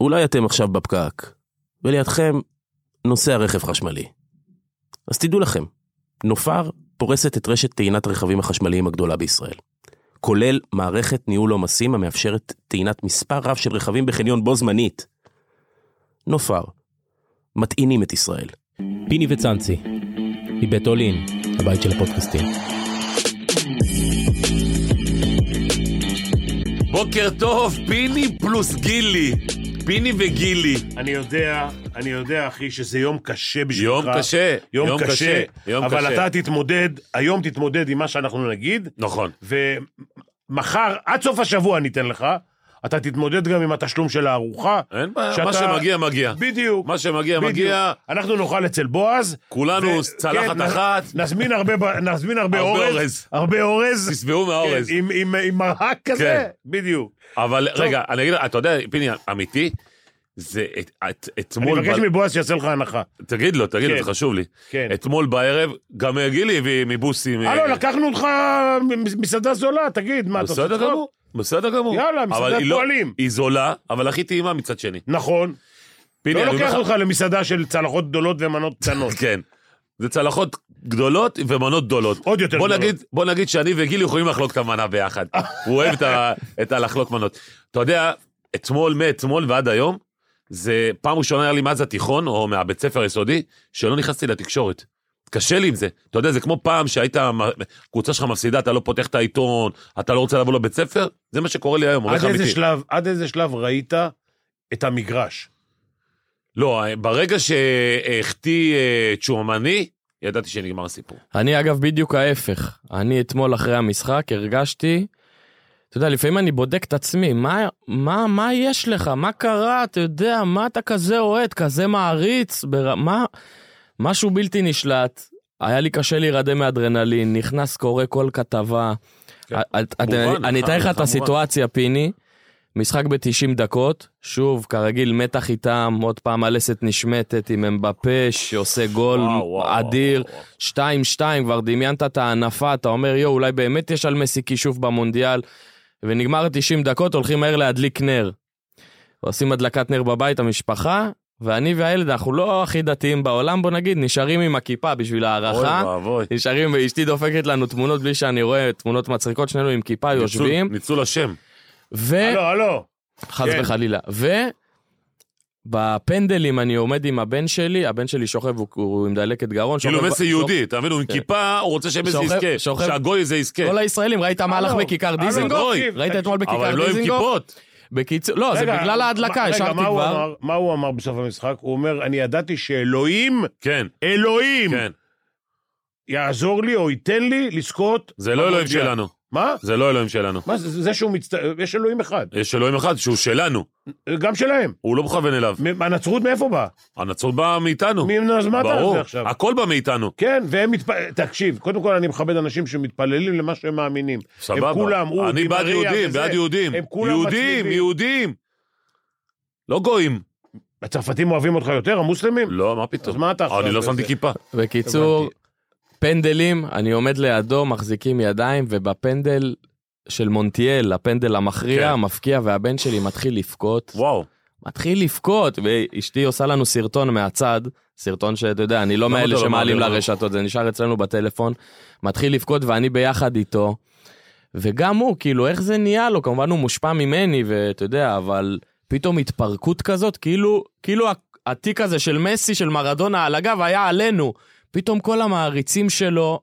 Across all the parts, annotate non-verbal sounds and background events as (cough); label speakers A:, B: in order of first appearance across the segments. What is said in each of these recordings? A: אולי אתם עכשיו בפקק, ולידכם נוסע רכב חשמלי. אז תדעו לכם, נופר פורסת את רשת טעינת הרכבים החשמליים הגדולה בישראל. כולל מערכת ניהול עומסים המאפשרת טעינת מספר רב של רכבים בחניון בו זמנית. נופר, מטעינים את ישראל. פיני וצאנצי, מבית אולין, הבית של הפודקאסטים.
B: בוקר טוב, פיני פלוס גילי. פיני וגילי.
C: אני יודע, אני יודע, אחי, שזה יום קשה בשבילך.
B: יום קשה.
C: יום, קשה,
B: יום
C: אבל
B: קשה.
C: אתה תתמודד, היום תתמודד עם מה שאנחנו נגיד,
B: נכון.
C: ומחר, עד סוף השבוע ניתן לך, אתה תתמודד גם עם התשלום של הארוחה.
B: אין בעיה,
C: שאתה-
B: מה שמגיע, מגיע.
C: בדיוק.
B: מה שמגיע,
C: בדיוק.
B: מגיע.
C: אנחנו נאכל אצל בועז.
B: כולנו צלחת
C: כן, נ-
B: אחת,
C: נזמין הרבה, ב- נזמין הרבה
B: הרבה
C: אורז.
B: אורז.
C: הרבה אורז.
B: תשבעו מהאורז.
C: כן, עם- עם- עם מרק כזה.
B: כן.
C: בדיוק.
B: אבל
C: טוב.
B: רגע, אני אגיד לך, אתה יודע, פיני, אמיתי, זה את- את-
C: אני
B: אתמול...
C: מבקש
B: ב-
C: מבועז שיעשה לך הנחה.
B: תגיד לו, תגיד לו,
C: כן.
B: זה חשוב לי.
C: כן. לא,
B: אתמול בערב, גם אה, גילי הביא מבוסים. אה,
C: הלו, לקחנו אותך מסעדה זולה, תגיד, מה אתה עושה?
B: בסדר
C: צחוק?
B: גמור, בסדר גמור.
C: יאללה,
B: אבל
C: מסעדת
B: היא לא-
C: פועלים.
B: היא זולה, אבל הכי טעימה מצד שני.
C: נכון.
B: פיני,
C: לא
B: אני אומר
C: לוקח
B: לך-
C: אותך למסעדה של צלחות גדולות ומנות
B: (laughs)
C: קטנות.
B: כן. זה צלחות גדולות ומנות גדולות.
C: עוד יותר
B: בוא
C: גדולות.
B: נגיד, בוא נגיד שאני וגילי יכולים לחלוק את המנה
C: (laughs)
B: ביחד. הוא אוהב את, ה, את הלחלוק מנות. אתה יודע, אתמול, מאתמול ועד היום, זה פעם ראשונה היה לי מאז התיכון, או מהבית ספר היסודי, שלא נכנסתי לתקשורת. קשה לי עם זה. אתה יודע, זה כמו פעם שהיית, הקבוצה שלך מפסידה, אתה לא פותח את העיתון, אתה לא רוצה לבוא לבית ספר, זה מה שקורה לי היום, אומר
C: עד
B: לך
C: איזה
B: אמיתי.
C: שלב, עד איזה שלב ראית את המגרש?
B: לא, ברגע שהחטיא אה, צ'ומני, ידעתי שנגמר הסיפור.
D: אני אגב בדיוק ההפך. אני אתמול אחרי המשחק הרגשתי, אתה יודע, לפעמים אני בודק את עצמי, מה, מה, מה יש לך? מה קרה? אתה יודע, מה אתה כזה אוהד, כזה מעריץ? בר... מה? משהו בלתי נשלט. היה לי קשה להירדם מאדרנלין, נכנס קורא כל כתבה.
B: כן.
D: א- את- את-
B: כמובן,
D: אני אתאר לך
B: כמובן.
D: את הסיטואציה, פיני. משחק ב-90 דקות, שוב, כרגיל, מתח איתם, עוד פעם הלסת נשמטת עם אמבפה שעושה גול
B: וואו, וואו,
D: אדיר.
B: וואו, וואו.
D: 2-2, כבר דמיינת את ההנפה, אתה אומר, יואו, אולי באמת יש על מסי כישוף במונדיאל, ונגמר 90 דקות, הולכים מהר להדליק נר. עושים הדלקת נר בבית, המשפחה, ואני והילד, אנחנו לא הכי דתיים בעולם, בוא נגיד, נשארים עם הכיפה בשביל
B: אוי
D: הערכה.
B: ואבוי.
D: נשארים, ואשתי דופקת לנו תמונות בלי שאני רואה, תמונות מצחיקות, שנינו עם כיפה, יושבים,
B: ניצול השם.
D: ו...
B: אה, לא,
C: הלו, הלו.
D: חס
C: כן.
D: וחלילה. ובפנדלים אני עומד עם הבן שלי, הבן שלי שוכב, הוא- הוא עם דלקת גרון.
B: כאילו
D: שוכב-
B: מסי יהודי, אתה מבין? הוא עם
D: כן.
B: כיפה, הוא רוצה שמסי
D: שוכב-
B: יזכה.
D: שוכב-
B: שהגוי הזה יזכה.
C: לא
D: כל הישראלים, ראית מה הלך
C: כן. הלו,
D: בכיכר
C: הלו, לא.
D: דיזינגוף?
B: תקשיב,
D: ראית
C: תקשיב.
D: אתמול
B: אבל
D: בכיכר
B: הם לא עם
D: דיזינגוף?
B: כיפות.
D: בקיצור, לא, זה
C: רגע,
D: בגלל
C: מה-
D: ההדלקה,
C: רגע,
D: השארתי
C: מה הוא
D: כבר.
C: אמר? מה הוא אמר בסוף המשחק? הוא אומר, אני ידעתי שאלוהים,
B: כן,
C: אלוהים,
B: כן.
C: יעזור לי או ייתן לי לזכות.
B: זה לא אלוהים
C: במונדיאל."
B: שלנו.
C: מה?
B: זה לא אלוהים שלנו.
C: מה זה, זה שהוא מצט... יש אלוהים אחד,
B: יש אלוהים אחד שהוא שלנו.
C: גם שלהם.
B: הוא לא מכוון אליו.
C: מ- הנצרות מאיפה באה?
B: הנצרות באה מאיתנו.
C: מי אז מה אתה על
B: ברור.
C: זה עכשיו?
B: הכל בא מאיתנו.
C: כן, והם מתפ... תקשיב, קודם כל אני מכבד אנשים שמתפללים למה שהם מאמינים.
B: סבבה.
C: הם כולם, הוא,
B: אני
C: די
B: בעד
C: מריה
B: יהודים,
C: וזה.
B: בעד יהודים.
C: הם כולם
B: יהודים,
C: מצליבים.
B: יהודים. לא גויים.
C: הצרפתים אוהבים אותך יותר, המוסלמים?
B: לא, מה
C: אז
B: פתאום.
C: מה אתה
B: אה,
C: עכשיו?
B: אני לא
C: בזה?
B: שמתי כיפה.
D: בקיצור,
C: הבנתי.
D: פנדלים, אני עומד לידו, מחזיקים ידיים, ובפנדל של מונטיאל, הפנדל המכריע,
B: כן.
D: המפקיע, והבן שלי מתחיל לבכות.
B: וואו.
D: מתחיל לבכות, ואשתי עושה לנו סרטון מהצד, סרטון שאתה יודע, אני לא
B: למה אתה
D: מאלה
B: לא
D: שמעלים
B: מעביר לנו?
D: לרשתות, זה נשאר אצלנו בטלפון, מתחיל לבכות ואני ביחד איתו, וגם הוא, כאילו, איך זה נהיה לו? כמובן הוא מושפע ממני, ואתה יודע, אבל פתאום התפרקות כזאת, כאילו, כאילו ה- התיק הזה של מסי, של מרדונה על הגב, היה עלינו. פתאום כל המעריצים שלו,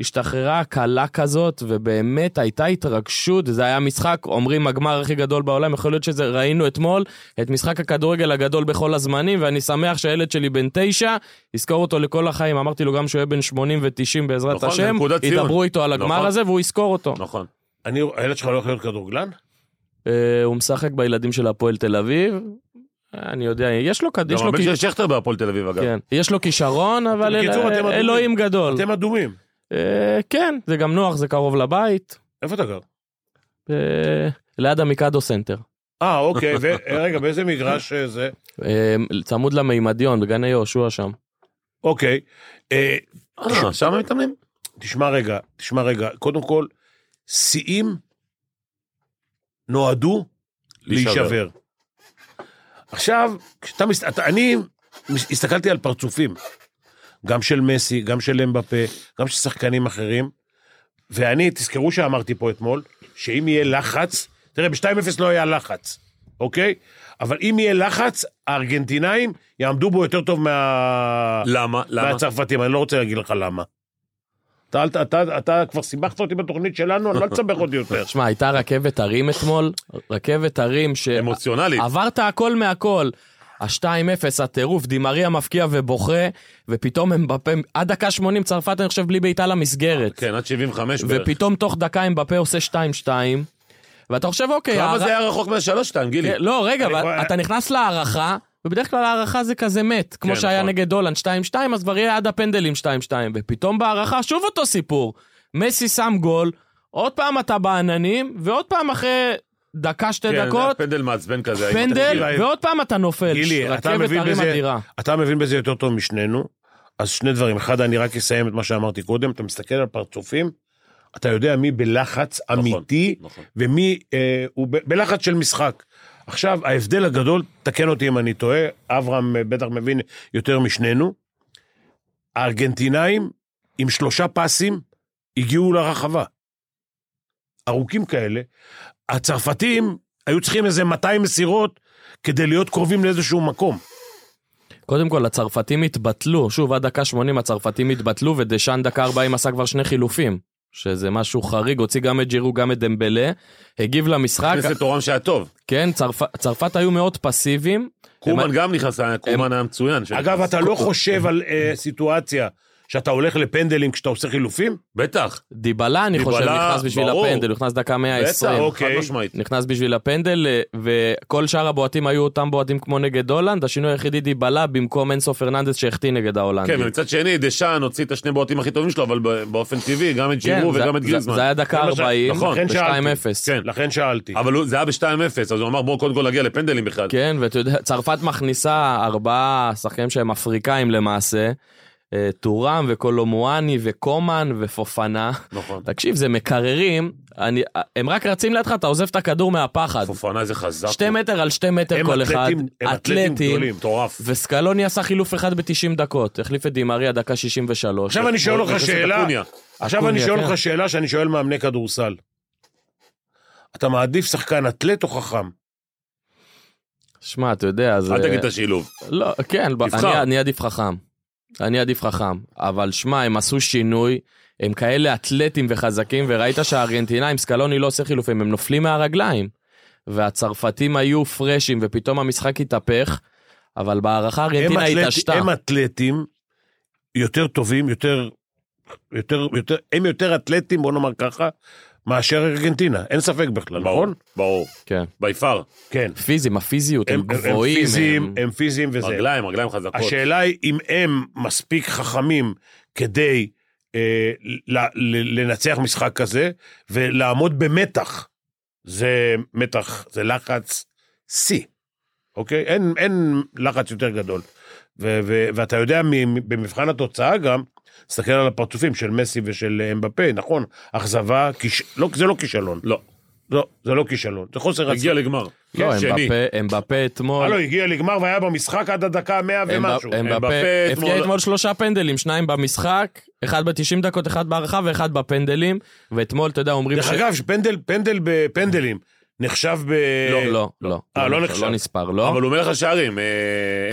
D: השתחררה הקלה כזאת, ובאמת הייתה התרגשות, זה היה משחק, אומרים הגמר הכי גדול בעולם, יכול להיות שזה, ראינו אתמול את משחק הכדורגל הגדול בכל הזמנים, ואני שמח שהילד שלי בן תשע, יזכור אותו לכל החיים, אמרתי לו גם שהוא יהיה בן שמונים ותשעים בעזרת
B: נכון, זה
D: השם,
B: נקודת ציון.
D: ידברו איתו על הגמר
B: נכון.
D: הזה והוא יזכור אותו.
B: נכון.
C: אני, הילד שלך לא הולך להיות כדורגלן?
D: אה, הוא משחק בילדים של הפועל תל אביב, אה, אני יודע, יש לו, כד-
B: גם
D: יש לו,
B: הבן
D: כיש-
B: של שכטר בהפועל תל אביב, אגב.
D: כן, יש לו כישרון, אבל אל-
C: בקיצור, אתם אדומים.
D: אלוהים גדול.
C: אתם אדומים.
D: אה, כן, זה גם נוח, זה קרוב לבית.
C: איפה אתה גר?
D: אה, ליד המיקדו סנטר.
C: אה, אוקיי, ורגע, באיזה מגרש אה, זה?
D: אה, צמוד למימדיון, בגני יהושע שם.
C: אוקיי. אה,
B: אה, שם הם מתאמנים?
C: תשמע רגע, תשמע רגע, קודם כל, שיאים נועדו
B: להישבר.
C: להישבר. עכשיו, כשאתה מס... אתה, אני מס- הסתכלתי על פרצופים, גם של מסי, גם של אמבפה, גם של שחקנים אחרים, ואני, תזכרו שאמרתי פה אתמול, שאם יהיה לחץ, תראה, ב-2-0 לא היה לחץ, אוקיי? אבל אם יהיה לחץ, הארגנטינאים יעמדו בו יותר טוב מה...
B: למה? למה?
C: מהצרפתים, אני לא רוצה להגיד לך למה. אתה, אתה, אתה, אתה כבר סיבכת אותי בתוכנית שלנו, אני לא תסבך אותי
B: (laughs)
C: יותר.
D: שמע, הייתה רכבת הרים אתמול, רכבת הרים ש...
B: אמוציונלית.
D: עברת הכל מהכל. ה-2-0, הטירוף, דימריה מפקיע ובוכה, ופתאום הם בפה, עד דקה 80 צרפת, אני חושב, בלי בעיטה
C: אוקיי.
D: למסגרת.
B: כן, עד 75 בערך.
D: ופתאום תוך דקה הם בפה עושה 2-2, ואתה חושב, אוקיי...
B: למה
D: הר-
B: זה היה רחוק מה-3-2, גילי?
D: כן, לא, רגע,
C: אני
D: אבל
C: רואה-
D: אתה נכנס להערכה, ובדרך כלל ההערכה זה כזה מת. כמו
B: כן,
D: שהיה
B: נכון.
D: נגד הולנד 2-2, אז כבר יהיה עד הפנדלים 2-2, ופתאום בהערכה שוב אותו סיפור. מסי שם גול, עוד פעם אתה בעננים, ועוד פעם אחרי דקה, שתי
B: כן,
D: דקות,
B: פנדל מעצבן כזה. האם אתה מכיר?
D: פנדל,
C: תגיד,
D: ועוד פעם אתה נופל.
C: גילי, אתה
D: רכבת
C: מבין
D: הרים
C: בזה-
D: אדירה.
C: אתה מבין בזה יותר טוב משנינו, אז שני דברים. אחד, אני רק אסיים את מה שאמרתי קודם, אתה מסתכל על פרצופים, אתה יודע מי בלחץ אמיתי,
B: נכון.
C: ומי אה, הוא ב- בלחץ של משחק. עכשיו, ההבדל הגדול, תקן אותי אם אני טועה, אברהם אה, בטח מבין יותר משנינו, הארגנטינאים עם שלושה פסים הגיעו לרחבה. ארוכים כאלה. הצרפתים היו צריכים איזה 200 מסירות כדי להיות קרובים לאיזשהו מקום.
D: קודם כל, הצרפתים התבטלו, שוב, עד דקה 80 הצרפתים התבטלו, ודשאן דקה 40 עשה כבר שני חילופים. שזה משהו חריג, הוציא גם את ג'ירו, גם את דמבלה, הגיב למשחק,
B: הכניס את אורם שהיה טוב.
D: כן, צרפת, צרפת היו מאוד פסיביים.
B: קומן
D: הם-
B: גם נכנס, היה- קומן היה מצוין. שנכנס.
C: אגב, אתה לא חושב על אה, סיטואציה שאתה הולך לפנדלים כשאתה עושה חילופים?
B: בטח,
D: דיבלה, אני חושב,
B: דיבלה,
D: נכנס בשביל
B: ברור.
D: הפנדל, הוא נכנס דקה
B: בטח,
D: 120.
B: חד
C: אוקיי.
B: משמעית.
D: נכנס בשביל הפנדל, אה, וכל שאר הבועטים היו אותם בועטים כמו נגד הולנד, השינוי היחידי דיבלה במקום אינסו פרננדס שהחטיא נגד
B: כן,
D: ההולנדים.
B: ומצד שני, דשאן הוציא את השני בועטים הכי טובים שלו, אבל ב- באופן טבעי, גם את ג'ירו
D: כן, זה-
B: וגם את
D: זה-
B: גריזמן.
D: זה היה דקה
C: זה מה ש-
D: 40,
B: נכון,
C: לכן שאלתי.
D: ב-2-0.
B: כן.
C: לכן שאלתי.
B: אבל הוא- זה היה ב-2-0, אז הוא אמר, בואו קודם כל נגיע לפנדלים בכלל.
D: כן, ואתה יודע, צרפת מכניסה ארבעה שחקנים שהם אפריקאים למעשה, אה, טורם וקולומואני וקומן ופופנה.
B: נכון.
D: תקשיב, זה מקררים, אני, הם רק רצים לידך, אתה עוזב את הכדור מהפחד.
B: פופנה איזה חזק.
D: שתי
B: הוא.
D: מטר על שתי מטר
C: הם
D: כל אחד,
C: אתלטים- הם אתלטים
D: אתלטים,
C: גדולים.
B: מטורף.
D: וסקלוני עשה חילוף אחד ב-90 דקות, החליף את דימריה דקה 63.
C: עכשיו אני שואל אותך
B: נכנס את
C: שאלה,
B: אקוניה.
C: עכשיו
D: אקוניה,
C: אני שואל
D: כן.
C: אותך שאלה שאני שואל מאמני כדורסל. אתה מעדיף שחקן אתלט או חכם?
D: שמע, אתה יודע, אה, זה...
B: אל תגיד את השילוב.
D: לא, כן, ב-
B: תבחר.
D: אני, אני עדיף חכם. אני עדיף חכם. אבל שמע, הם עשו שינוי, הם כאלה אתלטים וחזקים, וראית שהארגנטינאים, סקלוני לא עושה חילופים, הם נופלים מהרגליים. והצרפתים היו פרשים, ופתאום המשחק התהפך, אבל בהערכה
C: הם
D: ארגנטינה
C: אתלט-
D: התעשתה.
C: הם אתלטים יותר טובים, יותר... יותר, יותר, הם יותר אתלטים, בוא נאמר ככה, מאשר ארגנטינה, אין ספק בכלל,
B: ברור,
C: נכון?
B: ברור.
D: כן.
B: בי פאר.
C: כן.
D: פיזיים, הפיזיות, הם,
C: הם, הם, הם
D: גבוהים.
C: פיזיים,
D: הם-
C: הם פיזיים וזה.
B: רגליים, רגליים חזקות.
C: השאלה היא אם הם מספיק חכמים כדי אה, ל- ל- לנצח משחק כזה ולעמוד במתח. זה מתח, זה לחץ שיא, אוקיי? אין, אין לחץ יותר גדול. ו- ו- ואתה יודע, מ- מ- במבחן התוצאה גם, תסתכל על הפרצופים של מסי ושל אמבפה, נכון, אכזבה, כיש... לא, זה לא כישלון.
B: לא.
C: לא, זה לא כישלון, זה חוסר
B: הגיע לגמר.
D: לא,
B: כן, שני.
D: אמבפה- אמבפה אתמול.
C: הלו, הגיע לגמר והיה במשחק עד הדקה המאה ומשהו.
D: אמבפה- אמבפה
B: אמבפה
D: הבקיע
B: אתמול-
D: אתמול שלושה פנדלים, שניים במשחק, אחד ב-90 דקות, אחד בהערכה ואחד בפנדלים, ואתמול, אתה יודע, אומרים
C: דרך אגב, שפנדל, פנדל בפנדלים, נחשב ב...
D: לא, לא, לא.
C: אה, לא
D: לא
C: נחשב.
D: נספר, לא.
B: אבל הוא מלך השערים, אה,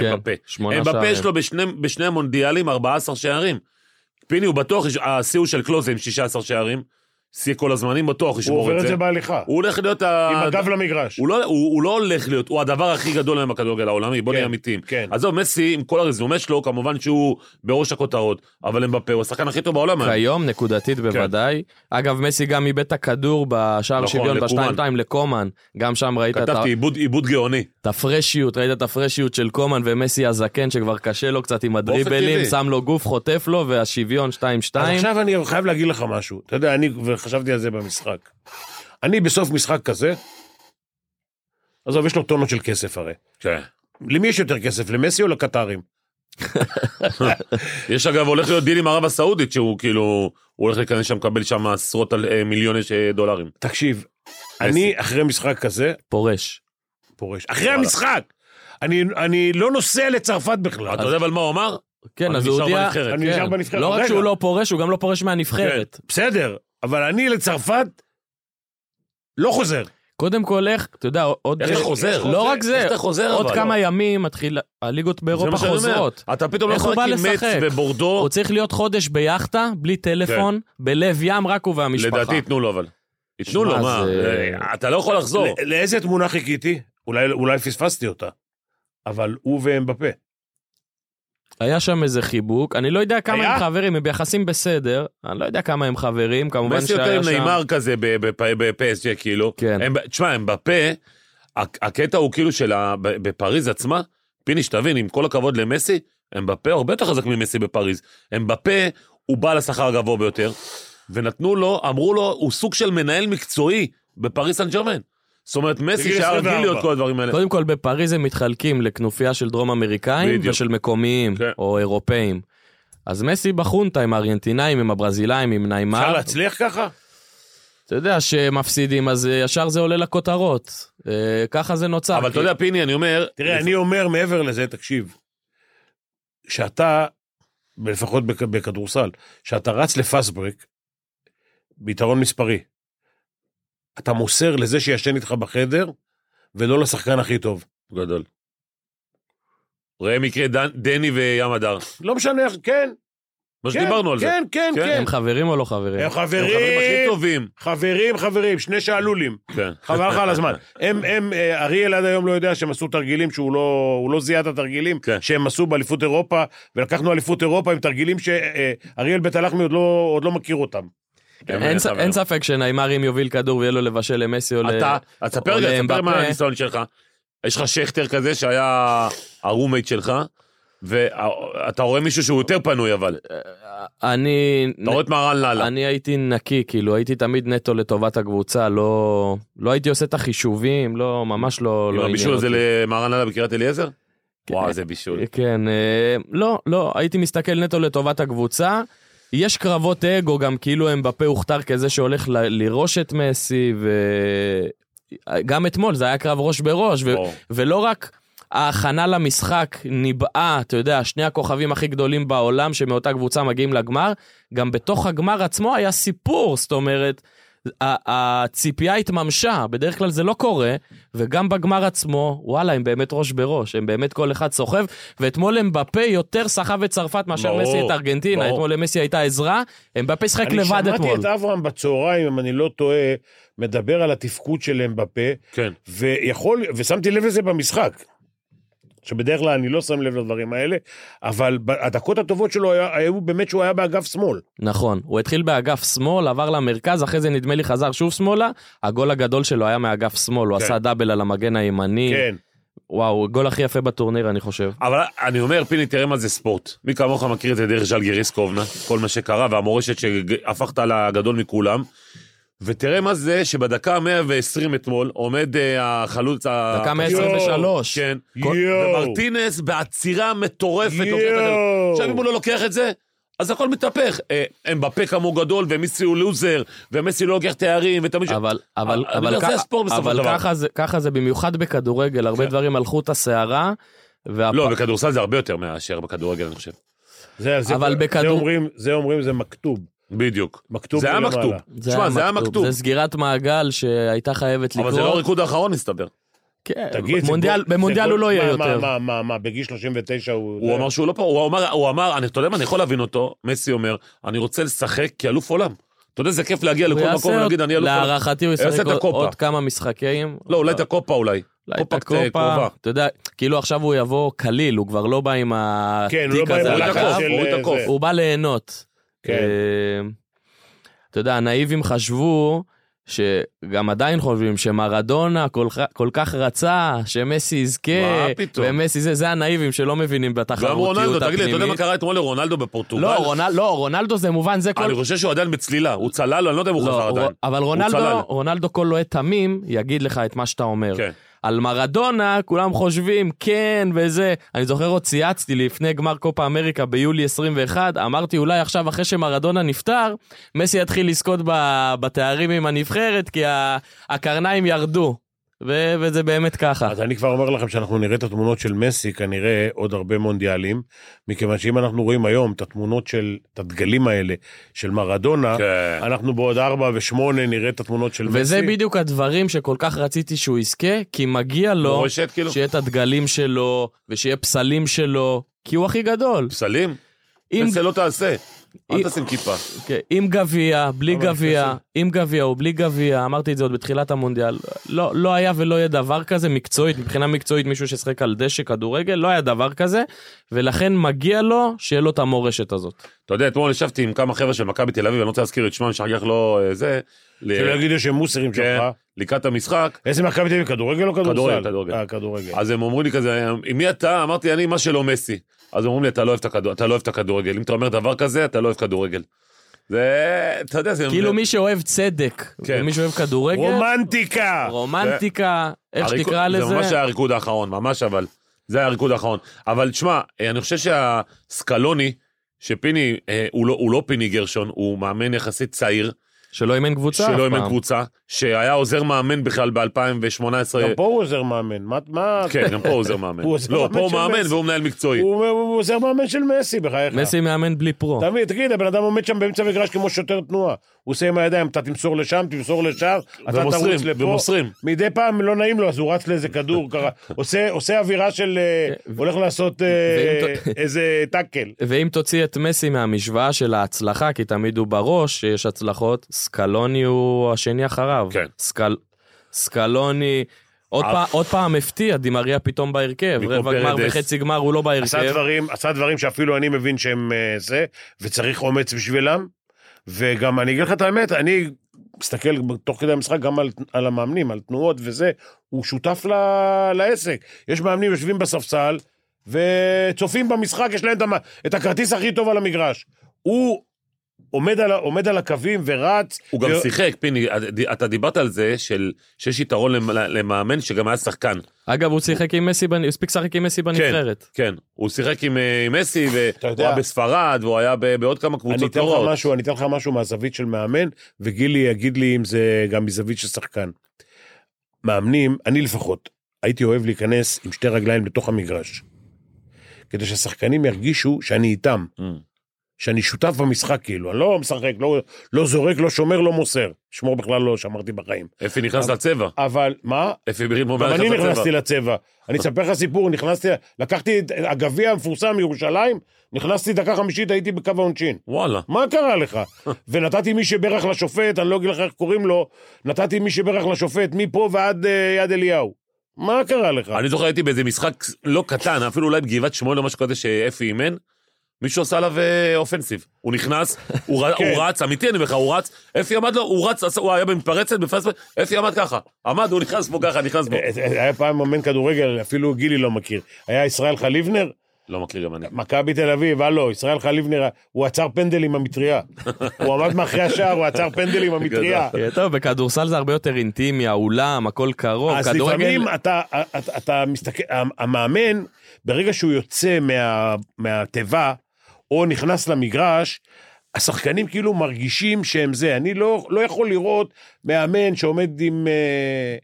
D: כן,
B: אמבפה.
D: שמונה
B: אמבפה
D: שערים.
B: יש לו בשני- בשני המונדיאלים 14 שערים. פיני הוא בטוח, יש- השיא הוא של קלוזה עם 16 שערים. שיא כל הזמנים בטוח
C: הוא
B: ישמור
C: עובר
B: את זה.
C: בהליכה.
B: הוא הולך להיות ה...
C: עם הגב למגרש.
B: הוא לא, הוא, הוא לא הולך להיות, הוא הדבר הכי גדול היום בכדורגל העולמי, בוא
C: כן,
B: נהיה אמיתיים.
C: כן.
B: עזוב, מסי, עם כל הרזומה שלו, כמובן שהוא בראש הכותרות, אבל אמבפה הוא השחקן הכי טוב בעולם. היום.
D: כיום, נקודתית
B: כן.
D: בוודאי. אגב, מסי גם איבד את הכדור בשער
B: נכון,
D: שוויון
B: לקומן.
D: בשתיים-שתיים לקומן. גם שם ראית את ה-
B: כתבתי עיבוד, עיבוד גאוני.
D: את הפרשיות, ראית את הפרשיות של קומן ומסי הזקן, שכבר קשה לו קצת עם הדריבלים,
B: טבעי.
D: שם לו גוף, חוטף לו, והשוויון
C: אז
D: 2-2.
C: עכשיו אני חייב להגיד לך משהו. אתה יודע, אני, וחשבתי על זה במשחק. אני בסוף משחק כזה, עזוב, יש לו טונות של כסף הרי.
B: כן.
C: למי יש יותר כסף, למסי או לקטרים?
B: יש אגב, הולך להיות דיל עם ערב הסעודית, שהוא כאילו, הוא הולך להיכנס שם, לקבל שם עשרות על- אה, מיליוני ש- דולרים.
C: תקשיב, אני אחרי משחק כזה,
D: פורש.
C: פורש. אחרי המשחק! אני, אני לא נוסע לצרפת בכלל.
B: אתה יודע אבל מה הוא אמר?
D: כן,
B: אני
D: אז הוא
B: נשאר
D: הודיע...
B: בנבחרת. כן.
C: אני נשאר
D: כן.
C: בנבחרת.
D: לא רק
C: רגע.
D: שהוא לא פורש, הוא גם לא פורש מהנבחרת.
C: בסדר, אבל אני לצרפת לא חוזר.
D: קודם כל, איך, אתה יודע, עוד...
B: איך אתה חוזר?
D: לא רק זה,
B: איך אתה חוזר
D: עוד
B: אבל?
D: כמה ימים מתחיל, הליגות
B: זה
D: באירופה
B: מה שאני אומר.
D: חוזרות.
B: אתה פתאום לא
D: איך הוא
B: יכול
D: בא
B: להקים מץ
D: לשחק?
B: ובורדו,
D: הוא צריך להיות חודש ביאכטה, בלי טלפון, בלב ים, רק הוא והמשפחה.
B: כן. לדעתי ייתנו לו אבל. ייתנו
D: שמע,
B: לו, מה?
D: זה-
B: אה, אתה לא יכול לחזור.
C: לא. לאיזה תמונה חיכיתי? אולי, אולי פספסתי אותה. אבל הוא ואמבפה.
D: היה שם איזה חיבוק, אני לא יודע כמה
C: היה?
D: הם חברים, הם ביחסים בסדר, אני לא יודע כמה הם חברים, כמובן
B: מסי יותר
D: שהיה
B: עם
D: שם...
B: נאמר כזה בפסג'ה, כאילו.
D: כן.
B: הם- תשמע, הם בפה, הק- הקטע הוא כאילו של ה- ב- בפריז עצמה, פיניש, תבין, עם כל הכבוד למסי, הם בפה הרבה יותר חזק ממסי בפריז. הם בפה, הוא בעל השכר הגבוה ביותר, ונתנו לו, אמרו לו, הוא סוג של מנהל מקצועי בפריז סן ג'רמן. זאת אומרת, מסי
C: בגיל
B: שהיה רגיל
C: 24.
B: להיות כל הדברים האלה.
D: קודם כל, בפריז הם מתחלקים לכנופיה של דרום אמריקאים
B: בדיוק.
D: ושל מקומיים,
B: כן.
D: או אירופאים. אז מסי בחונטה עם הארגנטינאים, עם הברזילאים, עם
C: אפשר
D: נעימר.
C: להצליח ככה?
D: אתה יודע שמפסידים, אז אה, ישר זה עולה לכותרות. אה, ככה זה נוצר.
B: אבל אתה
D: כי-
B: יודע, פיני, אני אומר,
C: תראה, אני אומר מעבר לזה, תקשיב, שאתה, לפחות בכ- בכדורסל, שאתה רץ לפאסט ברייק, ביתרון מספרי, אתה מוסר לזה שישן איתך בחדר, ולא לשחקן הכי טוב.
B: גדול. ראה מקרה דן- דני וים הדר.
C: לא משנה איך, כן,
B: מה
C: כן,
B: לא שדיברנו על זה.
C: כן, כן,
B: כן.
C: כן.
D: הם חברים או לא חברים?
C: הם
B: הם חברים הכי
C: חברים,
B: טובים.
C: חברים, חברים, שני שעלולים.
B: כן.
C: חבל לך על הזמן. הם, הם, אה, אריאל עד היום לא יודע שהם עשו תרגילים שהוא לא, הוא לא זיהה את התרגילים
B: כן.
C: שהם עשו באליפות אירופה, ולקחנו אליפות אירופה עם תרגילים שאריאל בית הלחמי עוד לא, עוד לא מכיר אותם.
B: הם
D: אין ס-
B: חברים.
D: אין ספק שנעימר אם יוביל כדור ויהיה לו לבשל למסי או ל...
B: אתה, אז ספר רגע, ספר
D: לאמבפה.
B: מה הניסיון שלך. יש לך שכטר כזה שהיה הרומייט שלך, ואתה רואה מישהו שהוא יותר פנוי אבל.
D: אני...
B: אתה רואה את מהרן לאללה.
D: אני הייתי נקי, כאילו, הייתי תמיד נטו לטובת הקבוצה, לא... לא הייתי עושה את החישובים, לא, ממש לא... לא
B: עם
D: עניין
B: הבישול הזה
D: אותי.
B: למהרן לאללה בקריית אליעזר?
D: כן.
B: וואו, איזה בישול.
D: כן, אה, לא, לא, הייתי מסתכל נטו לטובת הקבוצה. יש קרבות אגו גם כאילו הם בפה הוכתר כזה שהולך ל- לירוש את מסי, וגם אתמול זה היה קרב ראש בראש, ו...
B: ברור.
D: ולא רק ההכנה למשחק ניבאה, אתה יודע, שני הכוכבים הכי גדולים בעולם שמאותה קבוצה מגיעים לגמר, גם בתוך הגמר עצמו היה סיפור, זאת אומרת, ה- הציפייה התממשה, בדרך כלל זה לא קורה, וגם בגמר עצמו, וואלה, הם באמת ראש בראש, הם באמת כל אחד סוחב, ואתמול הם בפה יותר סחב את צרפת מאשר
B: ברור,
D: מסי את ארגנטינה,
B: ברור.
D: אתמול למסי הייתה עזרה, הם בפה שיחק
C: אני
D: לבד
C: שמעתי
D: אתמול.
C: את אברהם בצהריים, אם אני לא טועה, מדבר על התפקוד שלהם בפה,
B: כן.
C: ויכול, ושמתי לב לזה במשחק. שבדרך כלל אני לא שם לב לדברים האלה, אבל ב- הדקות הטובות שלו היה- היו באמת שהוא היה באגף שמאל.
D: נכון, הוא התחיל באגף שמאל, עבר למרכז, אחרי זה נדמה לי חזר שוב שמאלה, הגול הגדול שלו היה מאגף שמאל, הוא
C: כן.
D: עשה דאבל על המגן הימני,
C: כן.
D: וואו, הגול הכי יפה בטורניר אני חושב.
B: אבל אני אומר, פיני, תראה מה זה ספורט. מי כמוך מכיר את זה דרך ז'ל גריסקובנה, כל מה שקרה, והמורשת שהפכת לגדול מכולם. ותראה מה זה שבדקה ה-120 אתמול עומד אה, החלוץ ה...
D: דקה 123.
B: כן.
C: יואו.
B: ומרטינס בעצירה מטורפת. לוקח את הכדור.
C: יואו.
B: עכשיו אם הוא לא לוקח את זה, אז הכל מתהפך. אה, הם בפה כמו גדול, ומיסי הוא לוזר, ומסי לא לוקח תארים, ותמיד... ש-
D: אבל, אבל,
B: אני
D: אבל,
B: אומר, זה
D: ככה-
B: הספורט בסופו של
D: אבל
B: דבר. כן.
D: ככה, זה, ככה זה במיוחד בכדורגל, הרבה דברים על חוט השערה. והפ...
B: לא, בכדורסל זה הרבה יותר מאשר בכדורגל, אני חושב.
C: זה, זה,
D: אבל
C: זה,
D: בכדור-
C: אומרים, זה אומרים, זה מכתוב.
B: בדיוק.
C: מכתוב
B: זה היה
C: מלמעלה.
B: מכתוב. תשמע, זה היה מכתוב.
D: זה סגירת מעגל שהייתה חייבת לקרות.
B: אבל זה לא הריקוד האחרון, מסתבר.
D: כן,
C: תגיד, זה
D: מונדיאל,
C: גול-
D: במונדיאל
C: זה
D: הוא
C: גול-
D: לא יהיה
C: מה,
D: יותר.
C: מה, מה, מה, מה, בגיל 39 הוא...
B: הוא
C: זה-
B: אמר שהוא לא פה, הוא אמר, הוא אמר, אני, אתה יודע מה, אני יכול להבין אותו, מסי אומר, אני רוצה לשחק כאלוף עולם. אתה יודע, זה כיף להגיע
D: הוא
B: לכל
D: יעשה
B: מקום
D: עוד-
B: ולהגיד, אני אלוף עולם.
D: להערכתי הוא
B: יעשה
D: ישחק
B: את
D: עוד-
B: הקופה.
D: עוד כמה משחקים.
B: לא, אולי את הקופה אולי.
D: אולי את
B: קופה קצת קרובה.
D: הקופה. אתה יודע, כאילו עכשיו הוא יבוא קליל, הוא כבר לא בא עם
C: כן, הוא לא
D: התיק
C: בא עם
D: הזה. על
B: הלחץ
D: הגב.
C: הלחץ של...
B: הוא
C: אה,
B: תקוף.
C: זה.
D: הוא בא ליהנות.
C: כן.
D: אה, אתה יודע, הנאיבים חשבו, שגם עדיין חושבים, שמרדונה כל, ח- כל כך רצה, שמסי יזכה,
B: מה פתאום?
D: ומסי זה, זה הנאיבים שלא מבינים
B: גם רונלדו,
D: בתחרותיות
B: תגיד לי, אתה יודע מה
D: הפנימית.
B: קרה אתמול לרונלדו בפורטוגל?
D: לא, רונל, לא, רונלדו זה מובן, זה כל...
B: אני חושב שהוא עדיין בצלילה, הוא צלל, אני לא יודע אם הוא
D: לא,
B: חזר
D: הוא-
B: עדיין.
D: אבל
B: צלל.
D: רונלדו, רונלדו כל לוהט תמים יגיד לך את מה שאתה אומר.
B: כן.
D: על מרדונה כולם חושבים כן וזה. אני זוכר עוד צייצתי לפני גמר קופה אמריקה ביולי 21, אמרתי אולי עכשיו אחרי שמרדונה נפטר, מסי יתחיל לזכות ב- בתארים עם הנבחרת כי ה- הקרניים ירדו. ו- וזה באמת ככה.
C: אז אני כבר אומר לכם שאנחנו נראה את התמונות של מסי כנראה עוד הרבה מונדיאלים, מכיוון שאם אנחנו רואים היום את התמונות של, את הדגלים האלה של מרדונה,
B: כן.
C: אנחנו בעוד ארבע ושמונה נראה את התמונות של מסי.
D: וזה בדיוק הדברים שכל כך רציתי שהוא יזכה, כי מגיע לו
B: מורשת, כאילו.
D: שיהיה את הדגלים שלו, ושיהיה פסלים שלו, כי הוא הכי גדול.
B: פסלים?
D: אם-
B: פסל לא תעשה. אל
D: אם-
B: תשים כיפה.
D: כן, עם גביע, בלי גביע, עם גביע או בלי גביע, אמרתי את זה עוד בתחילת המונדיאל, לא, לא היה ולא יהיה דבר כזה מקצועית, מבחינה מקצועית מישהו ששחק על דשא כדורגל, לא היה דבר כזה, ולכן מגיע לו שיהיה לו את המורשת הזאת.
B: אתה יודע, אתמול ישבתי עם כמה חבר'ה של מכבי תל אביב, אני לא רוצה להזכיר את שמם, שאחר כך לא... אה, זה... ל-
C: שלא כאילו יגידו שהם מוסרים
B: כן,
C: שלך.
B: לקראת המשחק,
C: איזה מכבי תל אביב, כדורגל או כדורסל?
B: כדורגל, כדורגל.
C: אה, כדורגל.
B: אוקיי. אז הם אומרים לי כזה, עם מי אתה? אמרתי, אני מה שלא מסי. אז אומרים לי, אתה לא אוהב את הכדור- אתה לא אוהב את הכדורגל. אם אתה אומר דבר כזה, אתה לא אוהב כדורגל. זה, אתה יודע, זה...
D: כאילו מי שאוהב צדק,
B: כן.
D: ומי שאוהב כדורגל,
C: רומנטיקה!
D: רומנטיקה, איך
B: הריקוד-
D: שתקרא לזה,
B: זה ממש היה הריקוד האחרון, ממש אבל. זה היה הריקוד האחרון. אבל תשמע, אה, אני חושב שהסקלוני, שפיני, אה, הוא לא- הוא לא פיני גרשון, הוא מאמן יחסית צעיר,
D: שלא אימן קבוצה אף
B: שלא
D: פעם.
B: אימן קבוצה, שהיה עוזר מאמן בכלל ב-2018.
C: גם פה הוא עוזר מאמן, מה... מה...
B: כן, גם פה הוא עוזר מאמן.
C: הוא עוזר
B: לא,
C: מאמן
B: פה הוא
C: של
B: מאמן
C: מסי.
B: והוא מנהל מקצועי.
C: הוא הוא עוזר מאמן של מסי, בחייך.
D: מסי לא. מאמן בלי פרו.
C: תמיד, תגיד, הבן אדם עומד שם באמצע המגרש כמו שוטר תנועה. הוא עושה עם הידיים, אתה תמסור לשם, תמסור לשם, אתה
B: ומוסרים,
C: תרוץ לפה.
B: ומוסרים.
C: מדי פעם לא נעים לו, אז הוא רץ לאיזה כדור, ככה. עושה, עושה אווירה של... אה, הולך לעשות אה,
D: ואם ת-
C: איזה טאקל.
D: ואם תוציא את מסי מהמשוואה של ההצלחה, כי תמיד הוא בראש, שיש הצלחות, סקלוני הוא השני אחריו.
B: כן.
D: סקל... סקלוני, עוד,
B: אף.
D: פעם, עוד פעם הפתיע, דימריה פתאום בהרכב,
B: במקום
D: רבע גמר
B: פרדס.
D: וחצי גמר הוא לא
B: כן,
C: עשה
D: בהרכב.
C: דברים, עשה דברים שאפילו אני מבין שהם אה, זה, וצריך אומץ בשבילם. וגם אני אגיד לך את האמת, אני מסתכל תוך כדי המשחק גם על, על המאמנים, על תנועות וזה, הוא שותף ל, לעסק. יש מאמנים יושבים בספסל וצופים במשחק, יש להם את, המ, את הכרטיס הכי טוב על המגרש. הוא עומד על, ה- עומד על הקווים ורץ.
B: הוא גם
C: ו-
B: שיחק, פיני, אתה דיברת על זה של- שיש יתרון למ- למאמן שגם היה שחקן.
D: אגב, הוא שיחק עם מסי, בנ- הוא הספיק לשחק עם מסי בנבחרת.
B: כן, הוא שיחק עם אה, עם מסי, והוא
C: יודע.
B: היה בספרד, והוא היה ב- בעוד כמה
C: אני
B: קבוצות
C: אתן לך
B: טובות.
C: משהו, אני אתן לך משהו מהזווית של מאמן, וגילי יגיד לי אם זה גם מזווית של שחקן. מאמנים, אני לפחות, הייתי אוהב להיכנס עם שתי רגליים לתוך המגרש. כדי שהשחקנים ירגישו שאני איתם, שאני שותף במשחק כאילו, אני לא משחק, לא, לא זורק, לא שומר, לא מוסר. שמור בכלל לא שמרתי בחיים.
B: אפי נכנס לצבע.
C: אבל מה?
B: אפי ברימו
C: גם אני
B: נכנס
C: נכנסתי
B: לצבע.
C: לצבע. אני אספר לך סיפור, נכנסתי, לקחתי את הגביע המפורסם מירושלים, נכנסתי דקה חמישית, הייתי בקו העונשין.
B: וואלה.
C: מה קרה לך? ונתתי מי שברך לשופט, אני לא אגיד לך איך קוראים לו, נתתי מי שברך לשופט מפה ועד אה, יד אליהו. מה קרה לך?
B: אני זוכר הייתי באיזה משחק לא קטן, אפילו אולי בגבעת שמואל או משהו כזה שאפי אימן, מישהו עשה עליו אה, אופנסיב. הוא נכנס, הוא ר-
C: כן.
B: הוא רץ, אמיתי אני אומר לך, הוא רץ, אפי עמד לו, הוא רץ, עשה- הוא היה במתפרצת, בפספורט, אפי עמד ככה. עמד, הוא נכנס בו ככה, נכנס בו.
C: אה, אה, היה פעם מאמן כדורגל, אפילו גילי לא מכיר. היה ישראל חליבנר,
B: לא מכיר גם אני.
C: מכבי תל אביב, הלו, ישראל חליבנר, הוא עצר פנדל עם המטריה. הוא עמד מאחורי השער, הוא עצר פנדל עם המטריה.
D: כן, טוב, בכדורסל זה הרבה יותר אינטימי, האולם, הכל קרוב,
C: אז
D: כדורגל...
C: לפעמים אתה, אתה, אתה מסתכל, המאמן, ברגע שהוא יוצא מה, מהתיבה, או נכנס למגרש, השחקנים כאילו מרגישים שהם זה. אני לא, לא יכול לראות מאמן שעומד עם, אה,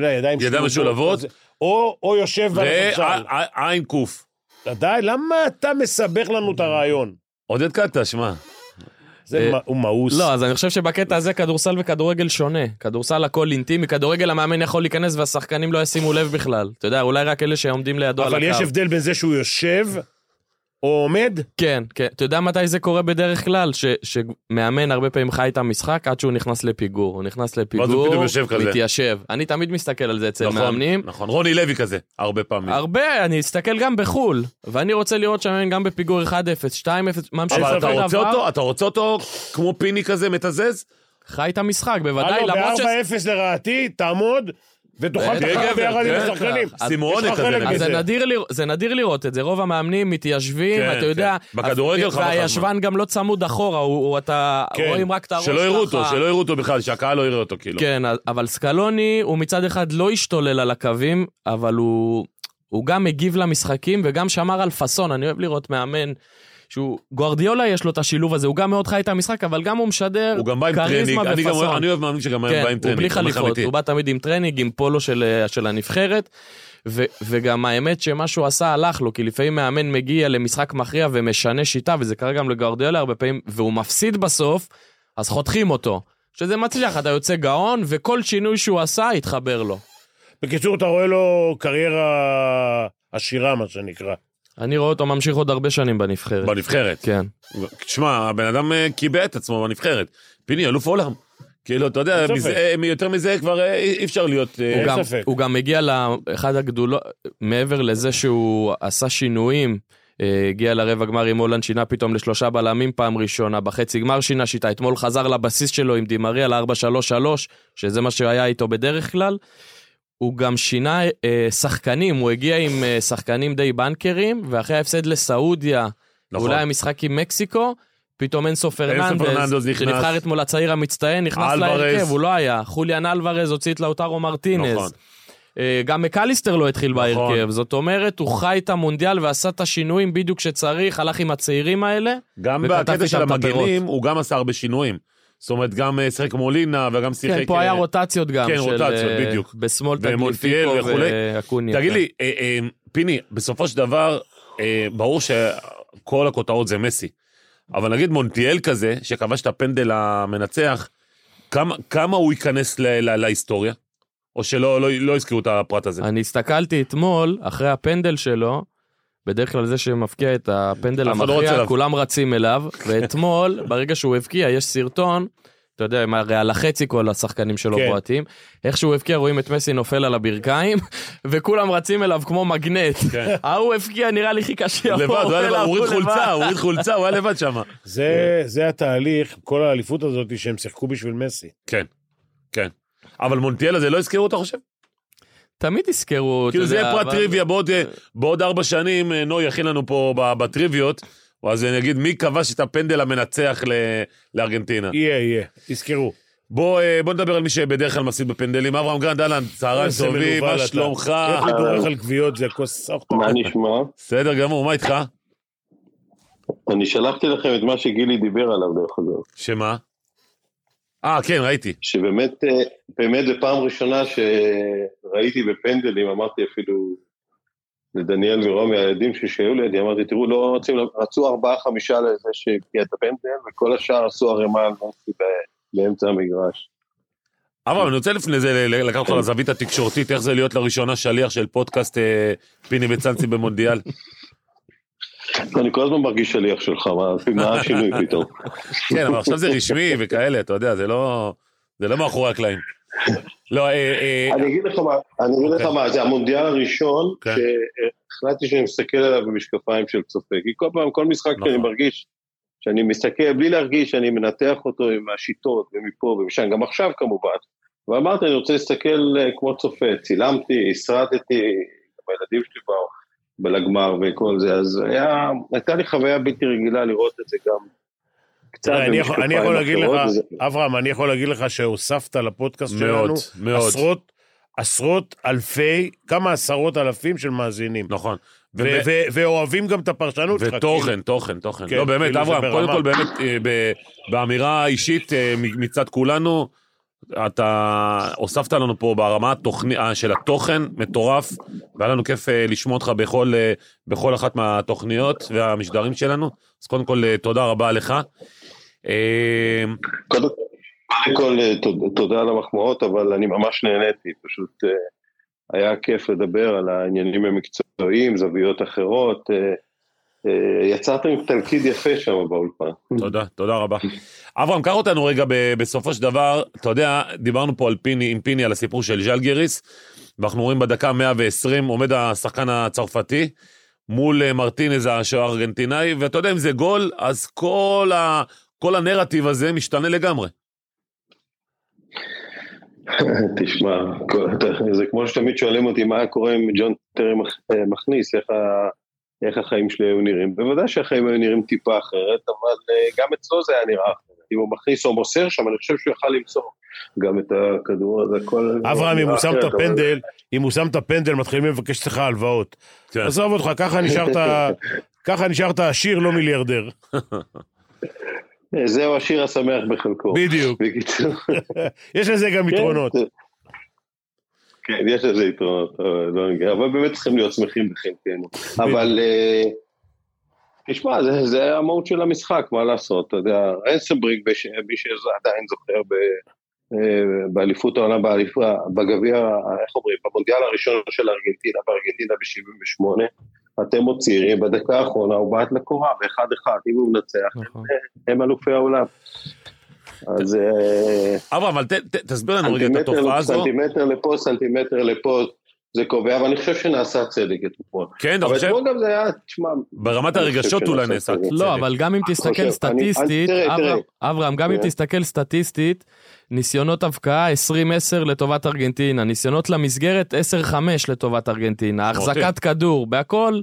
C: לא יודע, ידיים
B: ידיים משולבות.
C: או, או יושב על
D: אה,
C: הספסל.
B: ועין קוף.
C: די, למה אתה מסבך לנו את הרעיון?
B: עודד קטה, שמע.
D: לא
C: זה
D: אה,
C: מה- הוא מאוס.
D: לא, אז אני חושב שבקטע הזה כדורסל וכדורגל שונה. כדורסל הכל אינטימי, כדורגל המאמן יכול להיכנס והשחקנים לא ישימו לב בכלל. אתה יודע, אולי רק אלה שעומדים לידו על
C: אבל
D: הקו.
C: יש הבדל בין זה שהוא יושב, או עומד,
D: כן, כן. אתה יודע מתי זה קורה בדרך כלל? ש, שמאמן הרבה פעמים חי את המשחק עד שהוא נכנס לפיגור. הוא נכנס
B: ואז הוא
D: לפיגור,
B: פתאום יושב כזה.
D: מתיישב. אני תמיד מסתכל על זה אצל
B: נכון,
D: מאמנים. אה,
B: נכון. רוני לוי כזה, הרבה פעמים.
D: הרבה, אני אסתכל גם בחו"ל, ואני רוצה לראות שהמאמן גם בפיגור 1-0, 2-0, ממשיך
B: אבל
D: אותו
B: אתה רוצה
D: דבר,
B: אותו, אתה רוצה אותו כמו פיני כזה מתזז?
C: כן,
D: חי את המשחק, בוודאי,
C: הלו,
D: למרות ש...
C: ב-4-0 לרעתי, תעמוד
B: כן,
C: ותאכל את
D: בטח,
C: החלב ביחד
D: אה,
C: עם
B: בטח.
C: השחקנים.
B: אז- סימואנת
C: יש לך
B: אה, כזה,
C: חלק
B: נגיד.
D: אז
C: בזה.
D: זה נדיר, לרא- זה נדיר לראות את זה, רוב המאמנים מתיישבים,
B: כן,
D: אתה יודע,
B: כן. בכדורגל
D: אף-
B: חבל לך
D: והישבן גם לא צמוד אחורה, הוא, הוא, אתה
C: כן,
D: רואים רק את הראש
B: שלא יראו אותו,
D: ככה.
B: שלא יראו אותו בכלל, שהקהל לא יראה אותו כאילו.
D: כן, אז- אבל סקלוני הוא מצד אחד לא השתולל על הקווים, אבל הוא, הוא גם הגיב למשחקים וגם שמר על פאסון. אני אוהב לראות מאמן שהוא, גוארדיולה יש לו את השילוב הזה, הוא גם מאוד חי את המשחק, אבל גם הוא משדר
B: הוא גם בא עם טרנינג,
D: כריזמה
B: אני גם
D: ופאסון.
B: אוהב- אני אוהב מאמין שגם
D: כן,
B: בא עם טרנינג,
D: הוא בלי
B: אומר לך
D: חליפות,
B: אמיתי.
D: הוא בא תמיד עם טרנינג, עם פולו של, אה, של הנבחרת, ו, וגם האמת שמה שהוא עשה הלך לו, כי לפעמים מאמן מגיע למשחק מכריע ומשנה שיטה, וזה קרה גם לגאורדיאלה הרבה פעמים, והוא מפסיד בסוף, אז חותכים אותו. שזה מצליח, אתה יוצא גאון, וכל שינוי שהוא עשה, התחבר לו.
C: בקיצור, אתה רואה לו קריירה עשירה, מה שנקרא.
D: אני רואה אותו ממשיך עוד הרבה שנים בנבחרת.
B: בנבחרת.
D: כן.
B: תשמע, הבן אדם אה, קיבע את עצמו בנבחרת. פיני, אלוף עולם. כאילו, אתה יודע,
C: אין
B: מזה-
C: ספק.
B: אה, יותר מזה כבר אה, אי אי אפשר להיות... אה,
D: הוא גם,
C: ספק.
D: הוא גם הגיע לאחד הגדולות, מעבר לזה שהוא עשה שינויים, אה, הגיע לרבע גמר עם הולנד, שינה פתאום לשלושה בלמים פעם ראשונה, בחצי גמר שינה שיטה, אתמול חזר לבסיס שלו עם דימריה ל-4-3-3, שזה מה שהיה איתו בדרך כלל. הוא גם שינה אה, שחקנים, הוא הגיע עם אה, שחקנים די בנקרים, ואחרי ההפסד לסעודיה,
B: נכון.
D: נכון. אולי המשחק עם מקסיקו, פתאום אינסו
B: פרננדז
D: פרננדז,
B: נכנס.
D: שנבחר אתמול הצעיר המצטיין, נכנס
B: אלוורז.
D: להרכב, הוא לא היה. חוליאן אלוורז הוציא את לאוטרו מרטינז.
B: נכון.
D: אה, גם מקליסטר לא התחיל
B: נכון.
D: בהרכב, זאת אומרת, הוא חי את המונדיאל ועשה את השינויים בדיוק כשצריך, הלך עם הצעירים האלה.
B: גם
D: וכתב
B: בקטע של
D: שם את
B: המגנים,
D: הפירות.
B: הוא גם עשה הרבה שינויים. זאת אומרת, גם אה, שיחק מולינה וגם שיחק...
D: כן, פה
B: אה,
D: היה רוטציות גם.
B: כן,
D: של,
B: רוטציות,
D: אה,
B: בדיוק.
D: בשמאל
B: ומונטיאל
D: תגליפיקו
B: וכולי.
D: ואקוניה.
B: תגיד
D: כן.
B: לי, אה, אה, פיני, בסופו של דבר, אה, ברור שכל הכותרות זה מסי. אבל נגיד מונטיאל כזה, שכבש את הפנדל המנצח, כמה- כמה הוא ייכנס ל- ל- להיסטוריה? או שלא לא- לא הזכירו את הפרט
D: (laughs)
B: הזה?
D: אני הסתכלתי אתמול, אחרי הפנדל שלו, בדרך כלל זה שמפקיע את הפנדל
B: אף אחד לא רץ
D: המכריע,
B: אליו.
D: כולם
B: (laughs)
D: רצים אליו, ואתמול, ברגע שהוא הבקיע, יש סרטון, אתה יודע, הם הרי על החצי כל השחקנים שלו
C: כן.
D: בועטים, איך שהוא הבקיע רואים את מסי נופל על הברכיים, (laughs) וכולם רצים אליו כמו מגנט.
B: כן.
D: ההוא הבקיע, נראה לי חיכה שיבוא,
B: לבד, הוא היה
D: אליו,
B: לבד, הוא הוריד
D: הוא לבד.
B: חולצה, הוא הוריד חולצה, הוא היה לבד שם.
C: זה,
B: כן.
C: זה התהליך, כל האליפות הזאת שהם שיחקו בשביל מסי.
B: כן, כן. אבל מונטיאל הזה לא הזכירו, אתה חושב?
D: תמיד יזכרו, אתה
B: כאילו זה
D: יודע,
B: יהיה פרט
D: אבל-
B: טריוויה, בעוד, אה, בעוד ארבע שנים אה, נוי יכין לנו פה ב- בטריוויות, אז אני אגיד מי כבש את הפנדל המנצח ל- לארגנטינה.
C: יהיה, יהיה, תזכרו.
B: בוא, אה, בוא נדבר על מי שבדרך כלל מפסיד בפנדלים. אברהם גרנד, אהלן, צהריים
C: איזה
B: טובים,
C: מנוול
B: מה
C: אתה.
B: שלומך?
C: איך הוא דורך על גוויות, זה כוס סחטה.
E: מה נשמע?
B: בסדר גמור, מה איתך?
E: אני שלחתי לכם את מה שגילי דיבר עליו, דרך אגב.
B: שמה? אה, כן, ראיתי.
E: שבאמת, אה, באמת זו פעם ראשונה שראיתי בפנדלים, אמרתי אפילו לדניאל ורומי, הילדים שהיו לידי, אמרתי, תראו, לא רצים, רצו ארבעה-חמישה לזה שהבקיע את הפנדל, וכל השאר עשו ערימה על מסי ב- באמצע המגרש.
B: אברהם, אני רוצה לפני זה ל- לקחת אותך לזווית התקשורתית, איך זה להיות לראשונה שליח של פודקאסט אה, פיני וצאנצי במונדיאל.
E: אני כל הזמן מרגיש שליח שלך, מה- מה השינוי פתאום?
B: כן, אבל עכשיו זה רשמי וכאלה, אתה יודע, זה לא... זה לא מאחורי הקלעים. לא, אה, אה,
E: אני אגיד לך מה, אני אגיד לך
B: אוקיי.
E: מה, זה המונדיאל הראשון,
B: כן.
E: שהחלטתי שאני מסתכל עליו במשקפיים של צופה, כי כל פעם, כל משחק שאני
B: נכון.
E: מרגיש, שאני מסתכל, בלי להרגיש שאני מנתח אותו עם השיטות, ומפה ומשם, גם עכשיו כמובן, ואמרתי, אני רוצה להסתכל אה, כמו צופה, צילמתי, הסרטתי, גם הילדים שלי באו בלגמר וכל זה, אז היה, הייתה לי חוויה בלתי רגילה לראות את זה גם קצת
C: תראה, אני יכול- אני יכול להגיד לך-
E: אחרות, וזה-
C: אברהם, אני יכול להגיד לך שהוספת לפודקאסט שלנו
B: מאוד, מאוד.
C: עשרות, עשרות אלפי, כמה עשרות אלפים של מאזינים.
B: נכון.
C: ו- ו- ואוהבים גם את הפרשנות שלך.
B: ותוכן, תוכן, תוכן.
C: כן,
B: לא, באמת,
C: כאילו זה
B: אברהם, קודם
C: ברמה.
B: כל באמת, אה, ב- באמירה אישית אה, מ- מצד כולנו, אתה הוספת לנו פה ברמה התוכני- אה, של התוכן, מטורף, והיה לנו כיף אה, לשמוע אותך בכל, אה, בכל אחת מהתוכניות והמשדרים שלנו. אז קודם כל, אה, תודה רבה לך. אה,
E: קודם קודם כל, אה, תוד- תודה על המחמאות, אבל אני ממש נהניתי, פשוט אה, היה כיף לדבר על העניינים המקצועיים, זוויות אחרות. אה, אה, יצרתם תלכיד יפה שם באולפן.
B: תודה, תודה רבה. אברהם, קח אותנו רגע ב- בסופו של דבר, אתה יודע, דיברנו פה על פיני, עם פיני על הסיפור של ז'לגיריס, ואנחנו רואים בדקה 120 עומד השחקן הצרפתי מול אה, מרטינז השוער הארגנטינאי, ואתה יודע, אם זה גול, אז כל, ה, כל הנרטיב הזה משתנה לגמרי.
E: תשמע, כל- אתה- זה כמו שתמיד שואלים אותי מה היה קורה אם ג'ון טרי מכ- אה, מכניס, איך ה- איך החיים שלי היו נראים. בוודאי שהחיים היו נראים טיפה אחרת, אבל אה, גם אצלו זה היה נראה אחרת. אם הוא מכניס או מוסר שם, אני חושב שהוא יכל למסור גם את הכדור הזה. כל-
C: אברהם, אם הוא שם את
E: אבל-
C: הפנדל, אם הוא שם את הפנדל, מתחילים לבקש אצלך הלוואות.
B: כן.
C: עזוב אותך, ככה נשארת...
E: (laughs)
C: ככה נשארת עשיר, לא מיליארדר.
E: זהו השיר השמח בחלקו.
C: בדיוק.
E: בקיצור.
C: יש לזה גם יתרונות.
E: כן, זה- כן, יש לזה יתרונות, אבל לא נגיד, אבל באמת צריכים להיות שמחים בחלקנו. אבל... אה, תשמע, זה, זה המהות של המשחק, מה לעשות, אתה יודע, אנסנבריג, בש- מי שעדיין זוכר ב, אה, באליפות העולם, באליפה- בגביע, איך אומרים, במונדיאל הראשון של ארגנטינה, בארגנטינה ב-78, אתם עוד צעירים, בדקה האחרונה הוא בעט לקורה, באחד אחד, אם הוא מנצח,
D: נכון.
E: הם אלופי העולם. אז... אה,
B: אברהם, אבל ת- ת- תסביר לנו רגע את התופעה
E: סנטימטר,
B: הזו.
E: סנטימטר לפה, סנטימטר לפה, זה קובע, אבל אני חושב שנעשה צדק אתמול.
B: כן, אתה
E: אבל
B: חושב?
E: אתמול גם זה היה, תשמע,
B: ברמת
E: אני
B: הרגשות
E: חושב
B: אולי
E: שנעשה
B: נעשה.
E: את זה.
D: לא, אבל גם אם
E: חושב,
D: תסתכל
E: אני-
D: סטטיסטית,
E: אני- תראה, תראה.
D: אברהם- אברהם, גם אם
E: כן.
D: תסתכל סטטיסטית, ניסיונות הבקעה 20-10 לטובת ארגנטינה, ניסיונות למסגרת 10-5 לטובת ארגנטינה, החזקת כדור, בהכל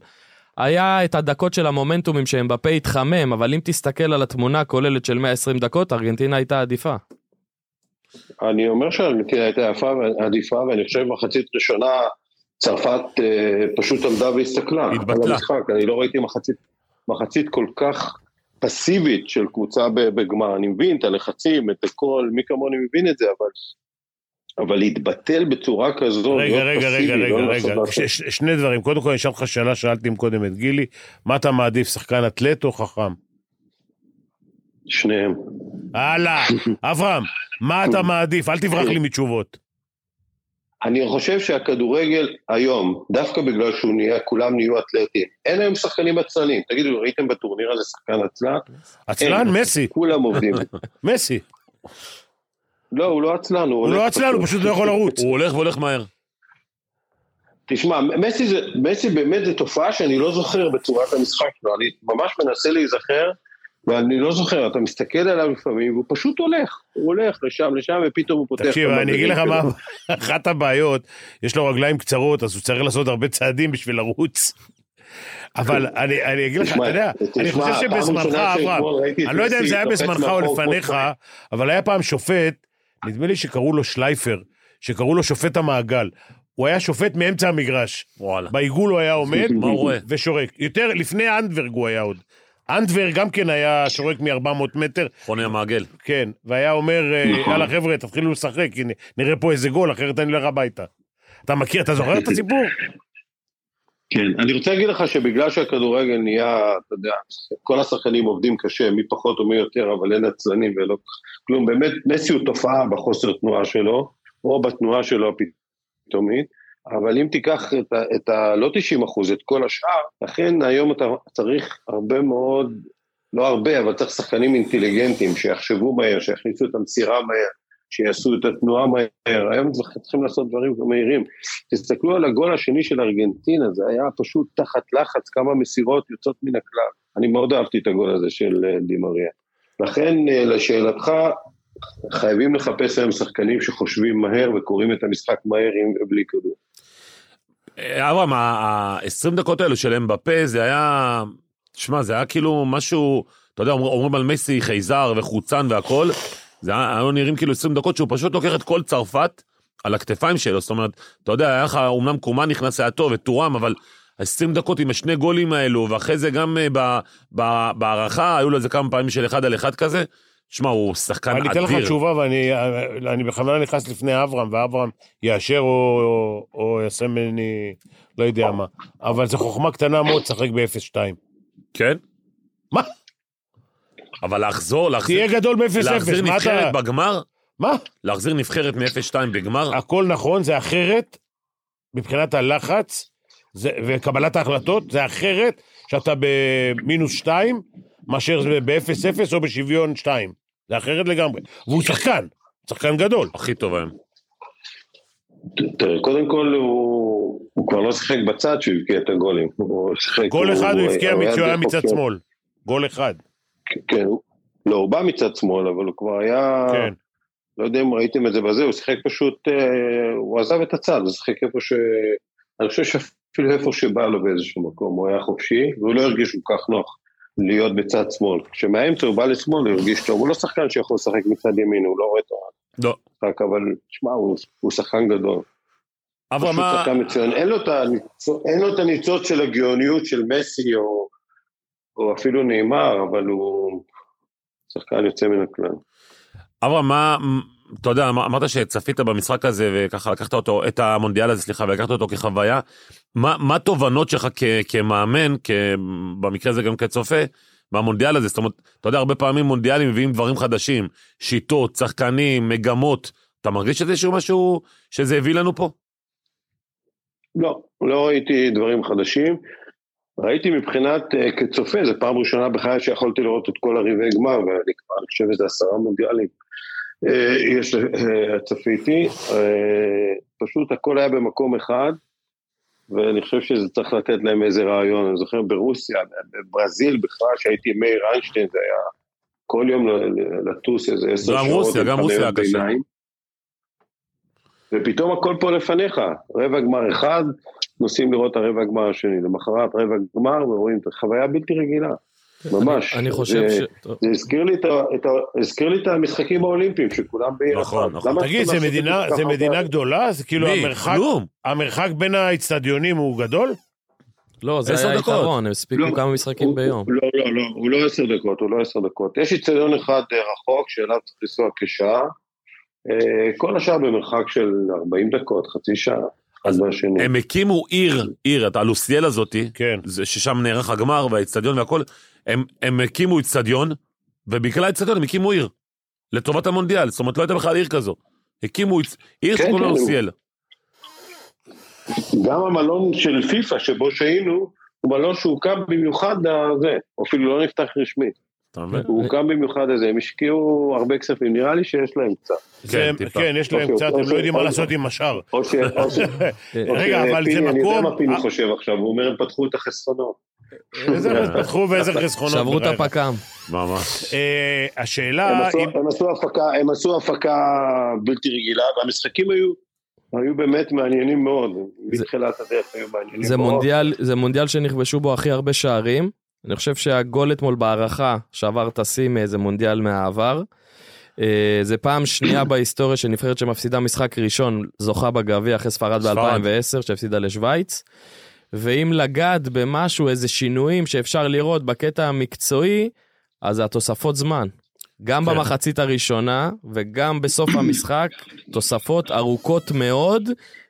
D: היה את הדקות של המומנטומים שהם בפה התחמם, אבל אם תסתכל על התמונה הכוללת של 120 דקות, ארגנטינה הייתה עדיפה.
E: אני אומר שהארגנטינה הייתה יפה ועדיפה, ואני חושב מחצית ראשונה צרפת אה, פשוט עמדה והסתכלה.
B: התבטלה.
E: על המשחק. אני לא ראיתי מחצית, מחצית כל כך פסיבית של קבוצה ב- בגמר. אני מבין את הלחצים, את הכל, מי כמוני מבין את זה, אבל... אבל להתבטל בצורה כזו,
C: רגע,
E: להיות
C: רגע,
E: פסיבי,
C: רגע, רגע,
E: לא
C: רגע,
E: לעשות
C: ש- ש- שני דברים. קודם כל, אני אשאל אותך שאלה, שאלתי קודם את גילי, מה אתה מעדיף, שחקן אתלט או חכם?
E: שניהם.
C: הלאה,
E: (laughs)
C: אברהם, מה אתה מעדיף? אל תברח לי מתשובות.
E: אני חושב שהכדורגל היום, דווקא בגלל שהוא נהיה, כולם נהיו אתלטים, אין היום שחקנים עצלנים. תגידו, ראיתם בטורניר הזה שחקן עצלן?
C: עצלן,
E: אין.
C: מסי,
E: כולם
C: (laughs)
E: עובדים.
C: מסי.
E: לא, הוא לא עצלן, הוא
C: הוא
E: הולך
C: לא עצלן, הוא פשוט לא יכול לרוץ.
B: הוא הולך והולך מהר.
E: תשמע, מסי, זה, מסי באמת זו תופעה שאני לא זוכר בצורת המשחק שלו, אני ממש מנסה להיזכר, ואני לא זוכר, אתה מסתכל עליו לפעמים, והוא פשוט הולך, הוא הולך לשם, לשם, ופתאום הוא פותח... את
C: תקשיב, אני
E: המגעים
C: אגיד לך
E: שלו.
C: מה, (laughs) אחת הבעיות, יש לו רגליים קצרות, אז הוא צריך לעשות הרבה צעדים בשביל
E: (laughs)
C: לרוץ. אבל אני, אני אגיד לך, אתה
E: תשמע,
C: יודע,
E: תשמע,
C: אני חושב
E: הפעם
C: שבזמנך,
E: הראשונה
C: אברהם,
E: שאתמול ראיתי את
C: אני לא יודע אם
E: מסי
C: זה היה
E: קופץ
C: בזמנך או
E: מאחור, כמו
C: לפניך, אבל היה פעם שופט, נדמה לי שקראו לו שלייפר, שקראו לו שופט המעגל. הוא היה שופט מאמצע המגרש.
B: וואלה.
C: בעיגול הוא היה
E: (laughs)
C: עומד,
B: מה הוא רואה?
C: ושורק. יותר, לפני אנדברג הוא היה עוד. אנדברג גם כן היה שורק מ-400 מטר,
B: חוני המעגל.
C: כן, והיה אומר, אה,
B: נכון.
C: יאללה חבר'ה, תתחילו לשחק, כי נ- נראה פה איזה גול, אחרת אני הולך הביתה. אתה מכיר, אתה זוכר
B: (laughs)
C: את הסיפור?
E: כן, אני רוצה להגיד לך שבגלל שהכדורגל נהיה, אתה יודע, כל השחקנים עובדים קשה, מי פחות ומי יותר, אבל אין עצלנים ולא כלום. באמת, מסי הוא תופעה בחוסר תנועה שלו, או בתנועה שלו הפתאומית, אבל אם תיקח את ה... את ה לא 90 אחוז, את כל השאר, לכן היום אתה צריך הרבה מאוד, לא הרבה, אבל צריך שחקנים אינטליגנטים, שיחשבו מהר, שיכניסו את המסירה מהר. שיעשו את התנועה מהר, היום צריכים לעשות דברים מהירים. תסתכלו על הגול השני של ארגנטינה, זה היה פשוט תחת לחץ, כמה מסירות יוצאות מן הכלל. אני מאוד אהבתי את הגול הזה של אה, דימריה. לכן, אה, לשאלתך, חייבים לחפש היום שחקנים שחושבים מהר וקוראים את המשחק מהר עם ובלי כדור.
B: אה, אברהם, ה-20 דקות האלו של אמבפה, זה היה... תשמע, זה היה כאילו משהו... אתה יודע, אומר- אומרים על מסי חייזר וחוצן והכל, זה היה היו נראים כאילו 20 דקות שהוא פשוט לוקח את כל צרפת על הכתפיים שלו. זאת אומרת, אתה יודע, היה לך, אמנם קומה נכנס היה טוב, וטורם, אבל 20 דקות עם השני גולים האלו, ואחרי זה גם אה, ב- ב- בהערכה, היו לו איזה כמה פעמים של אחד על אחד כזה. שמע, הוא שחקן
C: אני אתן לך
B: אדיר.
C: תשובה, ואני אה, אני בכוונה נכנס לפני אברהם, ואברהם יאשר או- או- או יעשה ממני, לא יודע מה. אבל זו חוכמה קטנה מאוד לשחק ב-0-2.
B: כן?
C: מה?
B: אבל לחזור,
C: תהיה
B: להחזיר,
C: גדול
B: להחזיר
C: ב-0-0, מה אתה...
B: נבחרת בגמר?
C: מה?
B: להחזיר נבחרת מ-0-2 בגמר?
C: הכל נכון, זה אחרת, מבחינת הלחץ זה, וקבלת ההחלטות, זה אחרת שאתה במינוס שתיים, מאשר זה באפס אפס או בשוויון שתיים. זה אחרת לגמרי. והוא שחקן, שחקן גדול.
B: הכי טוב היום.
E: ת- תראה, קודם כל הוא, הוא כבר לא שיחק בצד שהוא הבקיע את הגולים. הוא שיחק-
C: גול אחד הוא הבקיע
E: היה
C: כשהוא היה מצד
E: בחופשי.
C: שמאל. גול אחד,
E: כן, הוא- לא, הוא בא מצד שמאל, אבל הוא כבר היה...
C: כן.
E: לא יודע אם ראיתם את זה בזה, הוא שיחק פשוט, אה, הוא עזב את הצד, הוא שיחק איפה ש... אני חושב שאפילו איפה שבא לו באיזשהו מקום, הוא היה חופשי, והוא לא הרגיש כל כך נוח. להיות בצד שמאל. כשמהאמצע הוא בא לשמאל, הוא הרגיש טוב. הוא לא שחקן שיכול לשחק מצד ימין, הוא לא רואה את
B: לא.
E: המשחק, אבל שמע, הוא, הוא שחקן גדול.
B: אברהם,
E: פשוט
B: מה...
E: שחקן מצוין. אין לו את הניצוץ- אין לו את הניצוץ של הגאוניות של מסי, או, או אפילו נאמר, אבל הוא שחקן יוצא מן הכלל.
B: אברהם, מה... אתה יודע, אמר- אמרת שצפית במשחק הזה וככה לקחת אותו, את המונדיאל הזה, סליחה, ולקחת אותו כחוויה. מה מה התובנות שלך כ- כמאמן, כ- במקרה הזה גם כצופה, מהמונדיאל הזה? זאת אומרת, אתה יודע, הרבה פעמים מונדיאלים מביאים דברים חדשים, שיטות, שחקנים, מגמות. אתה מרגיש שזה שהוא משהו שזה הביא לנו פה?
E: לא, לא ראיתי דברים חדשים. ראיתי מבחינת, אה, כצופה, זו פעם ראשונה בחיי שיכולתי לראות את כל הרבעי גמר, ואני כבר, אני חושב שזה עשרה מונדיאלים. אה, יש, אה, צפיתי, אה, פשוט הכל היה במקום אחד, ואני חושב שזה צריך לתת להם איזה רעיון. אני זוכר ברוסיה, בברזיל בכלל, שהייתי עם מאיר איינשטיין, זה היה כל יום ל- ל- לטוס איזה עשר שעות.
B: גם רוסיה,
E: עם
B: גם רוסיה
E: חניות
B: היה קשה.
E: ביניים. ופתאום הכל פה לפניך, רבע גמר אחד, נוסעים לראות את הרבע הגמר השני, למחרת רבע גמר ורואים את החוויה בלתי רגילה, ממש. אה,
D: אני חושב ש...
E: זה- זה הזכיר לי את, ה, את, ה, הזכיר לי את המשחקים האולימפיים שכולם בעיר
B: נכון,
E: אחת.
B: נכון.
E: למה
C: תגיד,
E: צריכים
C: זה
E: לעשות את
C: מדינה,
E: ככה
C: זה מדינה
E: אבל-
C: גדולה? זה כאילו
B: מי?
C: המרחק,
B: כלום.
C: המרחק בין האצטדיונים הוא גדול?
D: לא, זה
B: עשר
D: היה
B: דקות.
D: יתרון, הם הספיקו
E: לא,
D: כמה משחקים
E: הוא-
D: ביום.
E: הוא- לא, לא, לא, הוא לא עשר דקות, הוא לא עשר דקות. יש איצטדיון אחד אה, רחוק שאליו צריך לנסוע כשעה, אה, כל השאר במרחק של 40 דקות, חצי שעה, אחד
B: אז
E: מהשני.
B: הם הקימו עיר, עיר, את הלוסיאל הזאתי,
C: כן.
B: זה- ששם נערך הגמר והאיצטדיון והכל, הם, הם הקימו איצטדיון, ובגלל האיצטדיון הם הקימו עיר, לטובת המונדיאל, זאת אומרת לא הייתה בכלל עיר כזו. הקימו איצ- עיר
E: כן,
B: שקוראים לה
E: כן,
B: לוסיאל.
E: גם המלון של פיפ"א שבו שהיינו, הוא מלון שהוקם במיוחד לזה, הוא אפילו לא נפתח רשמית.
B: אתה מבין?
E: הוא הוקם במיוחד לזה, הם השקיעו הרבה כספים, נראה לי שיש להם קצת.
C: זה-
B: טיפה.
C: כן, יש להם
E: אוקיי,
C: קצת, הם
E: אוקיי,
C: לא יודעים מה
E: אוקיי.
C: לעשות עם השאר.
E: או ש... או ש... או
C: (laughs) רגע,
E: ש-
C: אבל זה
E: פיני, אני יודע
C: מקום-
E: מה פיני
C: אה.
E: חושב עכשיו, הוא אומר, הם פתחו את החסרונות.
C: איזה פתחו ואיזה חסכונות.
D: שברו את
C: בחייך.
D: הפק"ם.
C: כן.
B: ממש.
C: אה,
E: הם
C: השאלה,
E: עשו-
C: אם-
E: הם עשו הפקה, הם עשו הפקה בלתי רגילה, והמשחקים היו... היו באמת מעניינים מאוד, מתחילת הדרך היו מעניינים מאוד.
D: זה מונדיאל, זה מונדיאל שנכבשו בו הכי הרבה שערים. אני חושב שהגול אתמול בהערכה שבר את השיא מאיזה מונדיאל מהעבר. אה, זה פעם שנייה (coughs) בהיסטוריה שנבחרת שמפסידה משחק ראשון, זוכה בגביע אחרי ספרד
B: ספרד.
D: ב-2010, שהפסידה לשוויץ. ואם לגעת במשהו, איזה שינויים שאפשר לראות בקטע המקצועי, אז זה התוספות זמן. גם
B: כן.
D: במחצית הראשונה וגם בסוף המשחק, תוספות ארוכות מאוד,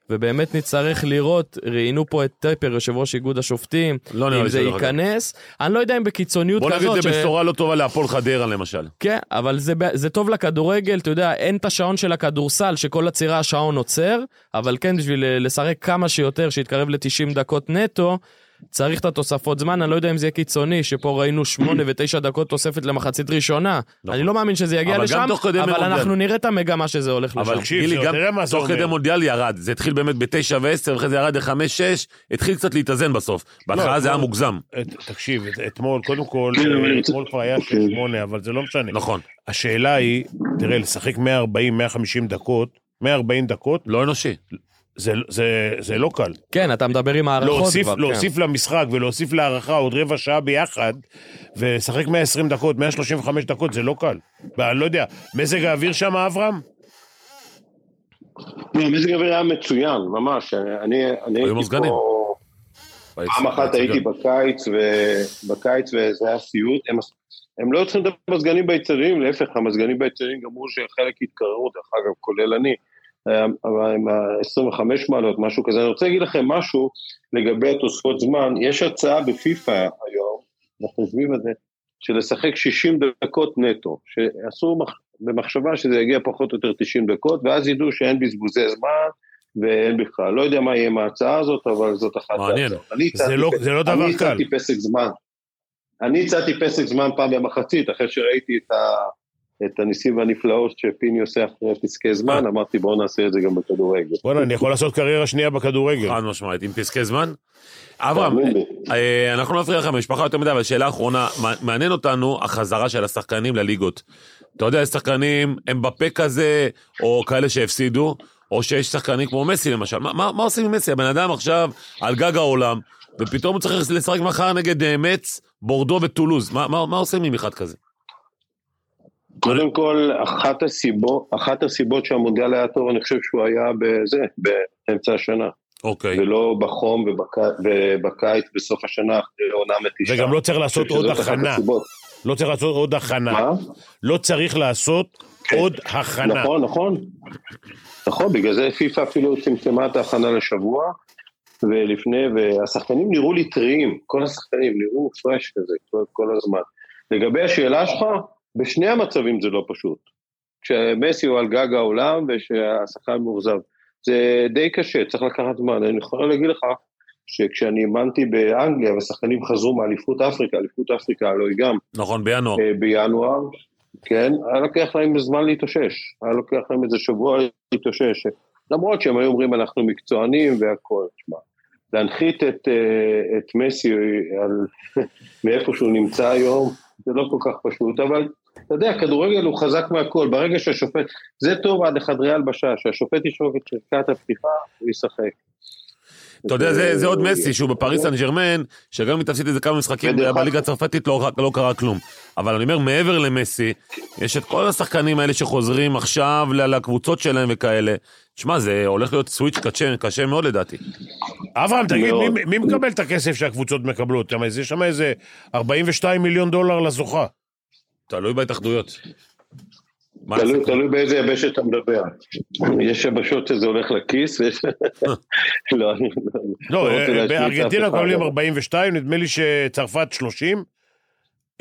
D: ובאמת נצטרך לראות, ראיינו פה את טייפר, יושב ראש איגוד השופטים,
B: לא נראה
D: אם
B: לי
D: זה
B: שזה דרך אגב.
D: ייכנס, אני לא יודע אם בקיצוניות
B: בוא נגיד
D: כזאת,
B: זה בשורה לא טובה להפועל חדרה למשל.
D: כן, אבל זה, ב- זה טוב לכדורגל, אתה יודע, אין את השעון של הכדורסל, שכל עצירה השעון עוצר, אבל כן, בשביל אה, לשחק כמה שיותר, שיתקרב ל-90 דקות נטו, צריך את התוספות זמן, אני לא יודע אם זה יהיה קיצוני, שפה ראינו 8 ו-9 דקות תוספת למחצית ראשונה.
B: נכון.
D: אני לא מאמין שזה יגיע
B: אבל גם
D: לשם,
B: תוך כדי
D: אבל
B: מונדיאל.
D: אנחנו נראה את המגמה שזה הולך לשם.
B: אבל
C: תקשיב,
B: גילי
C: זה-
B: גם,
C: תראה מה זה
B: תוך
C: אומר.
B: כדי מונדיאל ירד, זה התחיל באמת בתשע ועשר, ואחרי זה ירד ל-5-6, התחיל קצת להתאזן בסוף. בהתחלה זה היה
C: אתמול-
B: מוגזם,
C: את- תקשיב, את- אתמול, קודם כל, אה,
E: כן, אבל אני רוצה-
C: אתמול כבר היה
E: אוקיי.
C: 8, אבל זה לא משנה.
B: נכון.
C: השאלה היא, תראה, לשחק 140, 150 דקות, 140 דקות,
B: לא אנושי.
C: זה- זה- זה לא קל.
D: כן, אתה מדבר
B: לא,
D: עם הערכות
C: להוסיף,
D: כבר. כן.
C: להוסיף למשחק ולהוסיף להערכה עוד רבע שעה ביחד, ולשחק 120 דקות, 135 דקות, זה לא קל. ואני לא יודע, מזג האוויר שם, אברהם?
E: לא, מזג האוויר היה מצוין, ממש. אני, אני
B: היו
E: הייתי
B: מזגנים.
E: פה... פעם אחת הייתי בקיץ, ו... בקיץ וזה היה סיוט. הם, הם לא צריכים את המזגנים באצטדיונים, להפך, המזגנים באצטדיונים גמרו שחלק התקררו, דרך אגב, כולל אני. אה, אבל עם ה-25 מעלות, משהו כזה. אני רוצה להגיד לכם משהו לגבי התוספות זמן. יש הצעה בפיפ"א היום, אנחנו יושבים על זה, של לשחק 60 דקות נטו, שעשו מח... במחשבה שזה יגיע פחות או יותר 90 דקות, ואז ידעו שאין בזבוזי זמן ואין בכלל. לא יודע מה יהיה עם ההצעה הזאת, אבל זאת אחת
B: מעניין.
E: ההצעות. אני
C: זה לא, זה לא דבר
E: אני
C: קל.
E: הצעתי פסק זמן. אני הצעתי פסק זמן פעם במחצית, אחרי שראיתי את, ה... את הניסים והנפלאות שפיני עושה אחרי פסקי
C: אה.
E: זמן, אמרתי בואו נעשה את זה גם בכדורגל.
C: בוא'נה, אני יכול לעשות קריירה שנייה בכדורגל.
D: נכון.
B: חד משמעית, עם פסקי זמן. אברהם,
E: תאמין לי.
B: אה, אנחנו לא נפריע לך במשפחה יותר מדי, אבל שאלה אחרונה, מע- מעניין אותנו החזרה של השחקנים לליגות. אתה יודע, יש שחקנים, הם בפה כזה, או כאלה שהפסידו, או שיש שחקנים כמו מסי למשל. מה, מה, מה עושים עם מסי? הבן אדם עכשיו על גג העולם, ופתאום הוא צריך לשחק מחר נגד אה, מצ, בורדו וטולוז. מה- מה מה עושים עם אחד כזה?
E: קודם כל, אחת הסיבות, אחת הסיבות שהמונדיאל היה טוב, אני חושב שהוא היה בזה, באמצע השנה.
B: אוקיי.
E: ולא בחום ובק- ובקיץ בסוף השנה אחרי עונה מתישה.
C: וגם לא צריך לעשות עוד
E: שזאת אחת
C: הכנה.
E: הסיבות.
C: לא צריך לעשות עוד הכנה.
E: מה?
C: לא צריך לעשות
E: כן.
C: עוד הכנה.
E: נכון, נכון. נכון, בגלל זה פיפ"א אפילו צמצמה את ההכנה לשבוע, ולפני, והשחקנים נראו לי טריים, כל השחקנים נראו פרש כזה כל, כל הזמן. לגבי השאלה שלך, בשני המצבים זה לא פשוט. כשמסי הוא על גג העולם ושהשחקן מאוכזב. זה די קשה, צריך לקחת זמן. אני יכול להגיד לך שכשאני אימנתי באנגליה ושחקנים חזרו מאליפות אפריקה, אליפות אפריקה, לא הלוא היא גם
B: נכון, בינואר.
E: אה, בינואר, כן, היה לוקח להם זמן להתאושש, היה לוקח להם איזה שבוע להתאושש, למרות שהם היו אומרים אנחנו מקצוענים והכל, תשמע, להנחית את, אה, את מסי על, (laughs) מאיפה שהוא נמצא היום, זה לא כל כך פשוט, אבל אתה יודע, כדורגל הוא חזק מהכל, ברגע שהשופט, זה טוב עד לחדרי הלבשה, שהשופט ישרוק את שריקת הפתיחה, הוא ישחק.
B: אתה יודע, זה- זה עוד מסי, שהוא בפריס סן ג'רמן, שגם אם תפסיד איזה כמה משחקים
E: ודרך אגב-
B: בליגה הצרפתית, לא לא קרה כלום. אבל אני אומר, מעבר למסי, יש את כל השחקנים האלה שחוזרים עכשיו ל- לקבוצות שלהם וכאלה. תשמע, זה הולך להיות סוויץ' קשה- קשה מאוד לדעתי.
C: אברהם, תגיד,
B: לא.
E: מאוד.
C: מי, מי מקבל את הכסף שהקבוצות מקבלות? גם יש שם איזה 42 מיליון דולר לזוכה.
B: תלוי בהתאחדויות. מה
E: תלוי,
B: לעשות?
E: תלוי באיזה יבשת אתה מדבר. (clears throat) יש יבשות שזה הולך
C: (laughs)
E: לכיס, ויש... לא, אני
C: לא,
E: רוצה
C: אה,
E: להשמיץ
C: בארגנטינה
E: אף אחד,
C: מקבלים
E: אבל-
C: 42, נדמה לי שצרפת 30.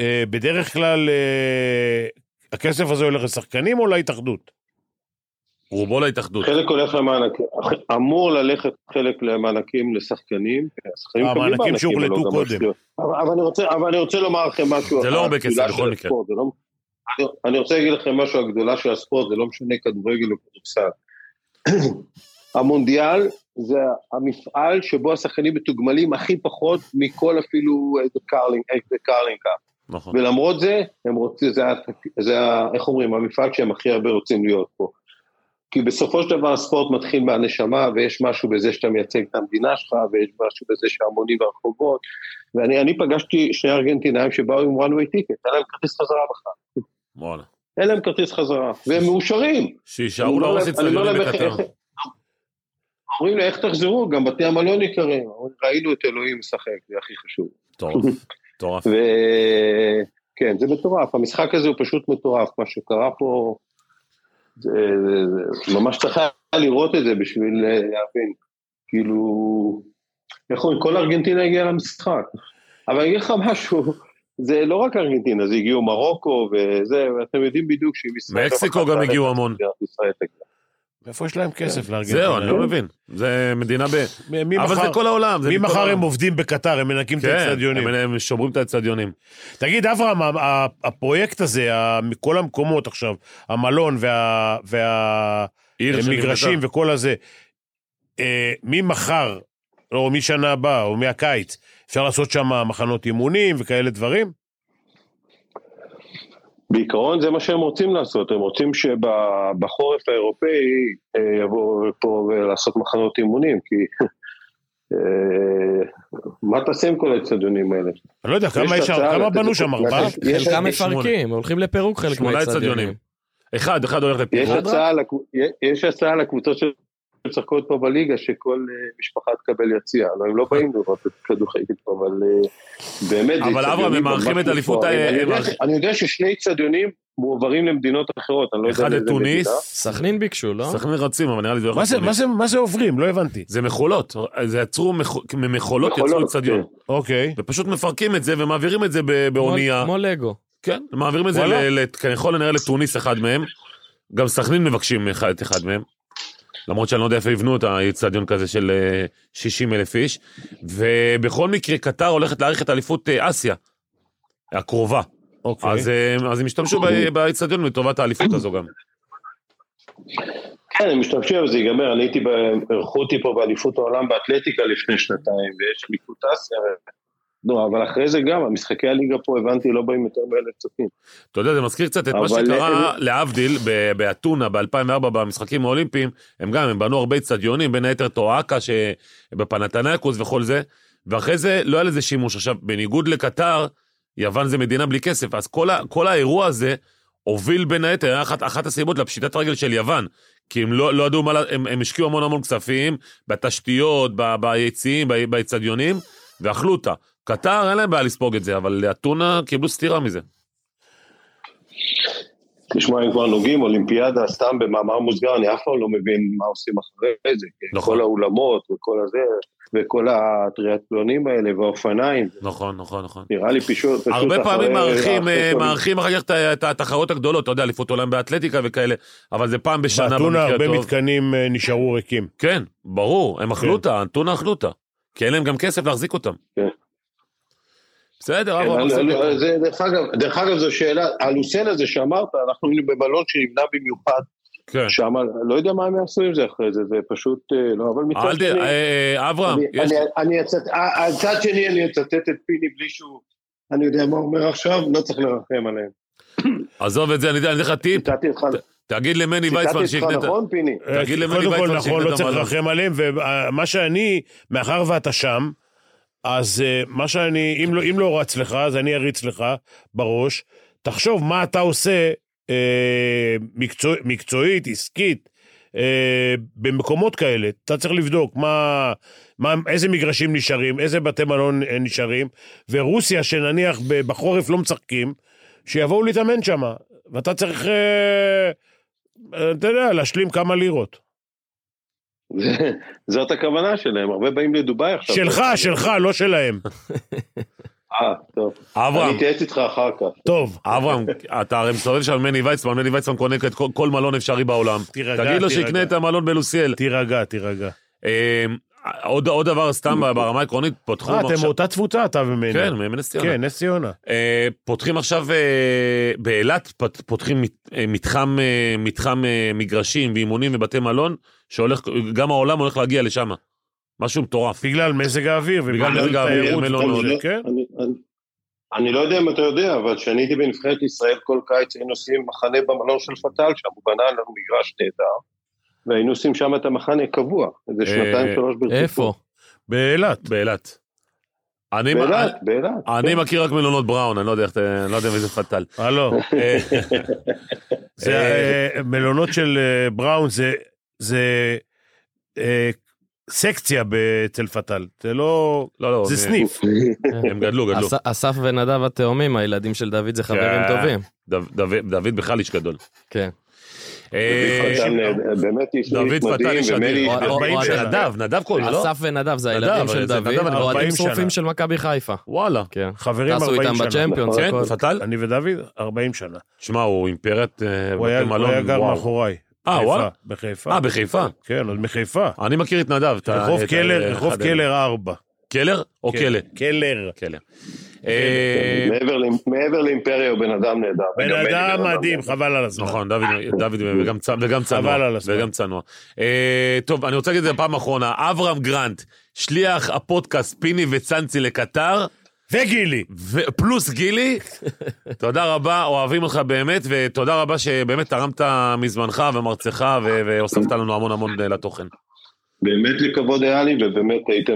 C: אה, בדרך כלל אה, הכסף הזה הולך לשחקנים או להתאחדות?
B: רובו להתאחדות.
E: חלק הולך למענקים, אמור ללכת חלק למענקים לשחקנים. השחקנים
C: אה,
E: מקבלים
C: מענקים
E: מענקים,
C: שהוחלטו
E: אבל גם
C: קודם.
E: הזכויות. אבל אבל אני רוצה- אבל אני רוצה לומר לכם משהו.
B: זה לא הרבה
E: הגדולה
B: כסף,
E: של
B: בכל מקרה.
E: הספורט, זה לא- אני- אני רוצה להגיד לכם משהו, הגדולה של הספורט, זה לא משנה כדורגל או כדורסל. (clears throat) המונדיאל זה המפעל שבו השחקנים מתוגמלים הכי פחות מכל אפילו איזה קרלינג, איזה קרלינג קאפ.
B: נכון.
E: ולמרות זה, הם רוצים, זה, ה- זה, ה- איך אומרים, המפעל שהם הכי הרבה רוצים להיות פה. כי בסופו של דבר הספורט מתחיל מהנשמה, ויש משהו בזה שאתה מייצג את המדינה שלך, ויש משהו בזה שהמונים ברחובות. ואני אני פגשתי שני ארגנטינאים שבאו עם one way ticket, היה להם כרטיס חזרה בכלל.
B: וואלה.
E: אין להם כרטיס חזרה, והם מאושרים.
B: שיישארו להרוס
E: אני לא אומר
B: אצטדיונים
E: להם, "איך-
B: בקטר.
E: איך-" אומרים לי, איך תחזרו? גם בתי המלון יקרים. אומרים, ראינו את אלוהים משחק, זה הכי חשוב.
B: מטורף. מטורף.
E: וכן, כן, זה מטורף, המשחק הזה הוא פשוט מטורף, מה שקרה פה, זה, זה, זה, ממש צריך היה לראות את זה בשביל אה, להבין, כאילו, איך אומרים, כל ארגנטינה הגיעה למשחק, אבל אני אגיד לך משהו, זה לא רק ארגנטינה, זה הגיעו מרוקו וזה, ואתם יודעים בדיוק שאם ישראל... לא
B: מקסיקו גם הגיעו המון.
E: ישראל תגיע.
C: מאיפה יש להם כסף לארגנטינה?
B: זהו, אני לא מבין. זה מדינה ב...
C: מ- מי
B: אבל
C: מחר-
B: זה כל העולם. זה
C: מי
B: מכל
C: מחר
B: העולם.
C: הם עובדים בקטר, הם מנקים את
B: כן,
C: האצטדיונים.
B: הם- הם שומרים את האצטדיונים.
C: תגיד, אברהם, ה- ה- הפרויקט הזה, ה- מכל המקומות עכשיו, המלון וה... וה...
B: עיר שנבנתה.
C: מגרשים וכל הזה. אה, ממחר, או משנה הבאה, או מהקיץ, אפשר לעשות שם מחנות אימונים וכאלה דברים?
E: בעיקרון זה מה שהם רוצים לעשות, הם רוצים שבחורף האירופאי אה, יבואו פה ולעשות מחנות אימונים, כי אה, מה תעשה עם כל האצטדיונים האלה?
C: אני לא יודע, כמה,
E: יש
C: יש, שם-
E: הצעה
C: כמה
E: לתת
C: בנו
E: את
C: שם,
E: כולם.
C: ארבעה?
E: יש-
D: חלקם
E: יש-
D: מפרקים, הולכים לפירוק חלק
B: שמונה
D: מהאצטדיונים.
B: אצטדיונים. אחד, אחד הולך
E: יש
B: לפירוק.
E: הצעה, לקב- יש הצעה לקבוצות שמשחקות פה בליגה שכל אה, משפחה תקבל יציע, לא, הם לא באים לראות את כדורגל פה, אבל אה, באמת...
B: אבל
E: זה אצטדיונים
B: אברהם, הם
E: ממש
B: מארחים את אליפות
E: מפוארים.
B: ה-
E: אני יודע
B: הם
E: ש-
B: מארח-
E: אני יודע ששני אצטדיונים מועברים למדינות אחרות, אני לא יודע...
B: אחד
E: לאיזה
B: לתוניס.
E: מדינה.
D: סכנין ביקשו, לא?
B: סכנין רצים, אבל נראה לי זה הולך
C: מה זה-
B: לתוניס.
C: מה זה- מה זה עוברים? לא הבנתי.
B: זה מכולות. זה יצרו, מכו- ממכולות יצרו
E: יכולות,
B: אצטדיון.
E: כן.
C: אוקיי.
B: ופשוט מפרקים את זה ומעבירים את זה ב-
D: כמו-
B: באונייה.
D: כמו לגו.
B: כן, מעבירים את זה,
C: וואלה.
B: ל- ל- ככל הנראה לתוניס אחד מהם. גם סכנין מבקשים אחד- את אחד מהם. למרות שאני לא יודע איפה יבנו את האיצטדיון כזה של 60 אלף איש. ובכל מקרה, קטר הולכת להאריך את אליפות אה, אסיה. הקרובה.
C: אוקיי.
B: אז אה, אז הם השתמשו ב- באיצטדיון לטובת האליפות הזו גם.
E: כן, הם משתמשים אבל זה ייגמר. אני הייתי, ב- אירחו אותי פה באליפות העולם באתלטיקה לפני שנתיים, ויש אליפות אסיה. לא, אבל אחרי זה גם, המשחקי הליגה פה, הבנתי, לא באים יותר מאלף צופים.
B: אתה יודע, זה מזכיר קצת את מה
E: אבל-
B: שקרה להבדיל ב- באתונה ב-2004 במשחקים האולימפיים, הם גם, הם בנו הרבה אצטדיונים, בין היתר טועקה שבפנתנקוס וכל זה, ואחרי זה לא היה לזה שימוש. עכשיו, בניגוד לקטר, יוון זה מדינה בלי כסף, אז כל, ה, כל האירוע הזה הוביל בין היתר, היה אחת, אחת הסיבות לפשיטת רגל של יוון. כי הם לא, לא ידעו מה, לה- הם, הם השקיעו המון המון כספים בתשתיות, ב, ביציעים, ב- באצטדיונים, ואכלו אותה. קטר, אין להם בעיה לספוג את זה, אבל אתונה קיבלו סטירה מזה.
E: תשמע, אם כבר נוגעים, אולימפיאדה, סתם במאמר מוסגר, אני אף פעם לא מבין מה עושים אחרי זה. כי
B: נכון.
E: כל האולמות וכל הזה, וכל הטריאטלונים האלה, והאופניים,
B: נכון, נכון, נכון.
E: נראה לי פשוט... פשוט
B: הרבה פעמים
E: אחרי-
B: מארחים,
E: אחרי
B: אה,
E: כל-
B: מארחים אחר כך את ה- את התחרות הגדולות, אתה יודע, אליפות עולם באתלטיקה וכאלה, אבל זה פעם בשנה
C: באתונה
B: במקרה
C: הרבה
B: הטוב.
C: מתקנים אה, נשארו ריקים.
B: כן, ברור, הם אכלו
C: כן.
B: אותה, אתונה אכלו אותה. כי אין להם גם כסף להחזיק אותם.
E: כן.
B: בסדר,
E: כן,
B: אברהם,
E: על-
B: מחזיק
E: על-
B: אותם.
E: זה- דרך אגב- דרך אגב, זו שאלה, הלוסנה שאמרת, אנחנו היינו במלון שנבנה במיוחד,
B: כן.
E: שם, לא יודע מה הם יעשו עם זה אחרי זה, זה פשוט אה, לא, אבל מצד
B: אל ת...
E: שני...
B: אה, אה, אברהם,
E: אני-
B: יש...
E: אני- אני אצטט, אה, הצד שני אני אצטט את פיני בלי שהוא, אני יודע מה הוא אומר עכשיו, לא צריך לרחם עליהם.
B: עזוב את זה, אני אתן אני אתן לך טיפ,
E: ציטטתי אותך
B: תגיד למני
E: ציטטתי
B: ויצמן
E: אותך
B: שיקנה את ה...
E: נכון, פיני? (laughs)
B: תגיד למני
C: קודם כל,
B: ויצמן
C: נכון,
B: שיקנה
C: לא
B: את
C: צריך
B: המלון.
C: לרחם עליהם, ומה שאני, מאחר ואתה שם, אז אה, מה שאני, אם לא, אם לא רץ לך, אז אני אריץ לך בראש. תחשוב מה אתה עושה אה, מקצוע, מקצועית, עסקית, אה, במקומות כאלה. אתה צריך לבדוק מה, מה, איזה מגרשים נשארים, איזה בתי מלון אה, נשארים, ורוסיה, שנניח ב- בחורף לא משחקים, שיבואו להתאמן שם, ואתה צריך, אה, אה, אתה יודע, להשלים כמה לירות.
E: זה- זאת הכוונה שלהם, הרבה באים לדובאי עכשיו.
C: שלך,
B: אוקיי.
C: שלך, לא שלהם.
E: אה, טוב.
B: אברהם,
E: אני אתייעץ איתך אחר כך.
B: (laughs)
C: טוב.
B: אברהם, אתה הרי מסובב שם מני ויצמן, מני ויצמן קונה את כל- כל מלון אפשרי בעולם.
C: תירגע,
B: תגיד לו
C: תירגע.
B: שיקנה את המלון בלוסיאל.
C: תירגע, תירגע.
B: אה, עוד עוד דבר סתם ברמה העקרונית, פותחו
C: אה, אתם
B: עכשיו...
C: מאותה תפוצה, אתה ומני.
B: כן, מנס ציונה.
C: כן, נס ציונה.
B: אה, פותחים עכשיו אה, באילת, פת- פותחים מת- אה, מתחם, אה, מתחם אה, מגרשים ואימונים ובתי מלון, שהולך, גם העולם הולך להגיע לשם. משהו מטורף.
C: בגלל מזג האוויר ובגלל
E: לא
B: בגלל מזג האוויר,
C: התיירות
B: מלונות.
C: וכל זה, כן?
E: אני- אני- אני לא יודע אם אתה יודע, אבל כשאני הייתי בנבחרת ישראל כל קיץ היינו עושים מחנה במלון של פתאל שם, הוא בנה לנו מגרש נהדר, והיינו עושים שם את המחנה קבוע,
B: אה,
E: איזה שנתיים שלוש ברציפות.
D: איפה?
B: באילת. באילת. אני,
E: באילת, באילת.
C: כן.
B: אני מכיר רק מלונות בראון, אני לא יודע איך, אתה- אני לא יודע איזה פתל. (laughs)
C: הלו.
B: אה,
C: זה
B: אה,
C: אה, מלונות של אה, בראון, זה- זה אה, סקציה אצל פתאל. זה לא...
B: לא, לא,
C: זה
B: הם-
C: סניף.
B: הם גדלו, גדלו.
D: אס- אסף ונדב התאומים, הילדים של דוד זה חברים
B: כן.
D: טובים.
B: דוד- דוד- דוד בכלל איש גדול.
D: כן.
B: אה,
E: דוד פתאל נהדר, באמת איש איש
B: דוד אה, פתל
E: מדהים,
B: איש
E: ומני
B: אדיר.
E: איש
D: או-
E: מדהים.
D: או- או-
B: נדב, נדב קולי, לא?
D: אה, אסף ונדב זה
B: נדב,
D: הילדים
B: אבל
D: של
B: זה נדב,
D: דוד,
B: אני
D: אוהדים
C: 40
D: שרופים
C: שנה.
D: של מכבי חיפה.
B: וואלה.
D: כן.
C: חברים
D: טנו
C: 40
D: איתם
C: שנה.
D: בצ'מפיונס,
B: כן,
D: הכל.
B: פתל?
C: אני ודוד, 40 שנה.
B: שמע, הוא אימפרית אה,
C: הוא היה-
B: בתי מלון,
C: הוא היה גר
B: וואו.
C: מאחוריי.
B: אה,
C: בחיפה,
B: וואלה?
C: בחיפה.
B: אה, בחיפה.
C: כן, עוד מחיפה.
B: אני מכיר את נדב. את ה-
C: רחוב
B: את ה-
C: קלר,
B: אה,
C: רחוב
B: אחד
C: קלר 4.
B: אלה. קלר או קלר?
C: כן. קלר.
B: קלר. אה,
E: מעבר ל- מעבר לאימפריה הוא בן אדם נהדר.
C: בן
E: וגם מני
C: אדם מדהים, חבל על הזמן.
B: נכון, דוד, דוד וגם, צ- וגם צנוע.
C: חבל על הזמן.
B: וגם צנוע. אה, טוב, אני רוצה להגיד את זה פעם אחרונה. אברהם גרנט, שליח הפודקאסט פיני וצאנצי לקטר,
C: וגילי.
B: ו- פלוס גילי, תודה רבה, אוהבים אותך באמת, ותודה רבה שבאמת תרמת מזמנך ומרצך, ו- והוספת לנו המון המון אה, לתוכן.
E: באמת לכבוד היה לי, ובאמת הייתם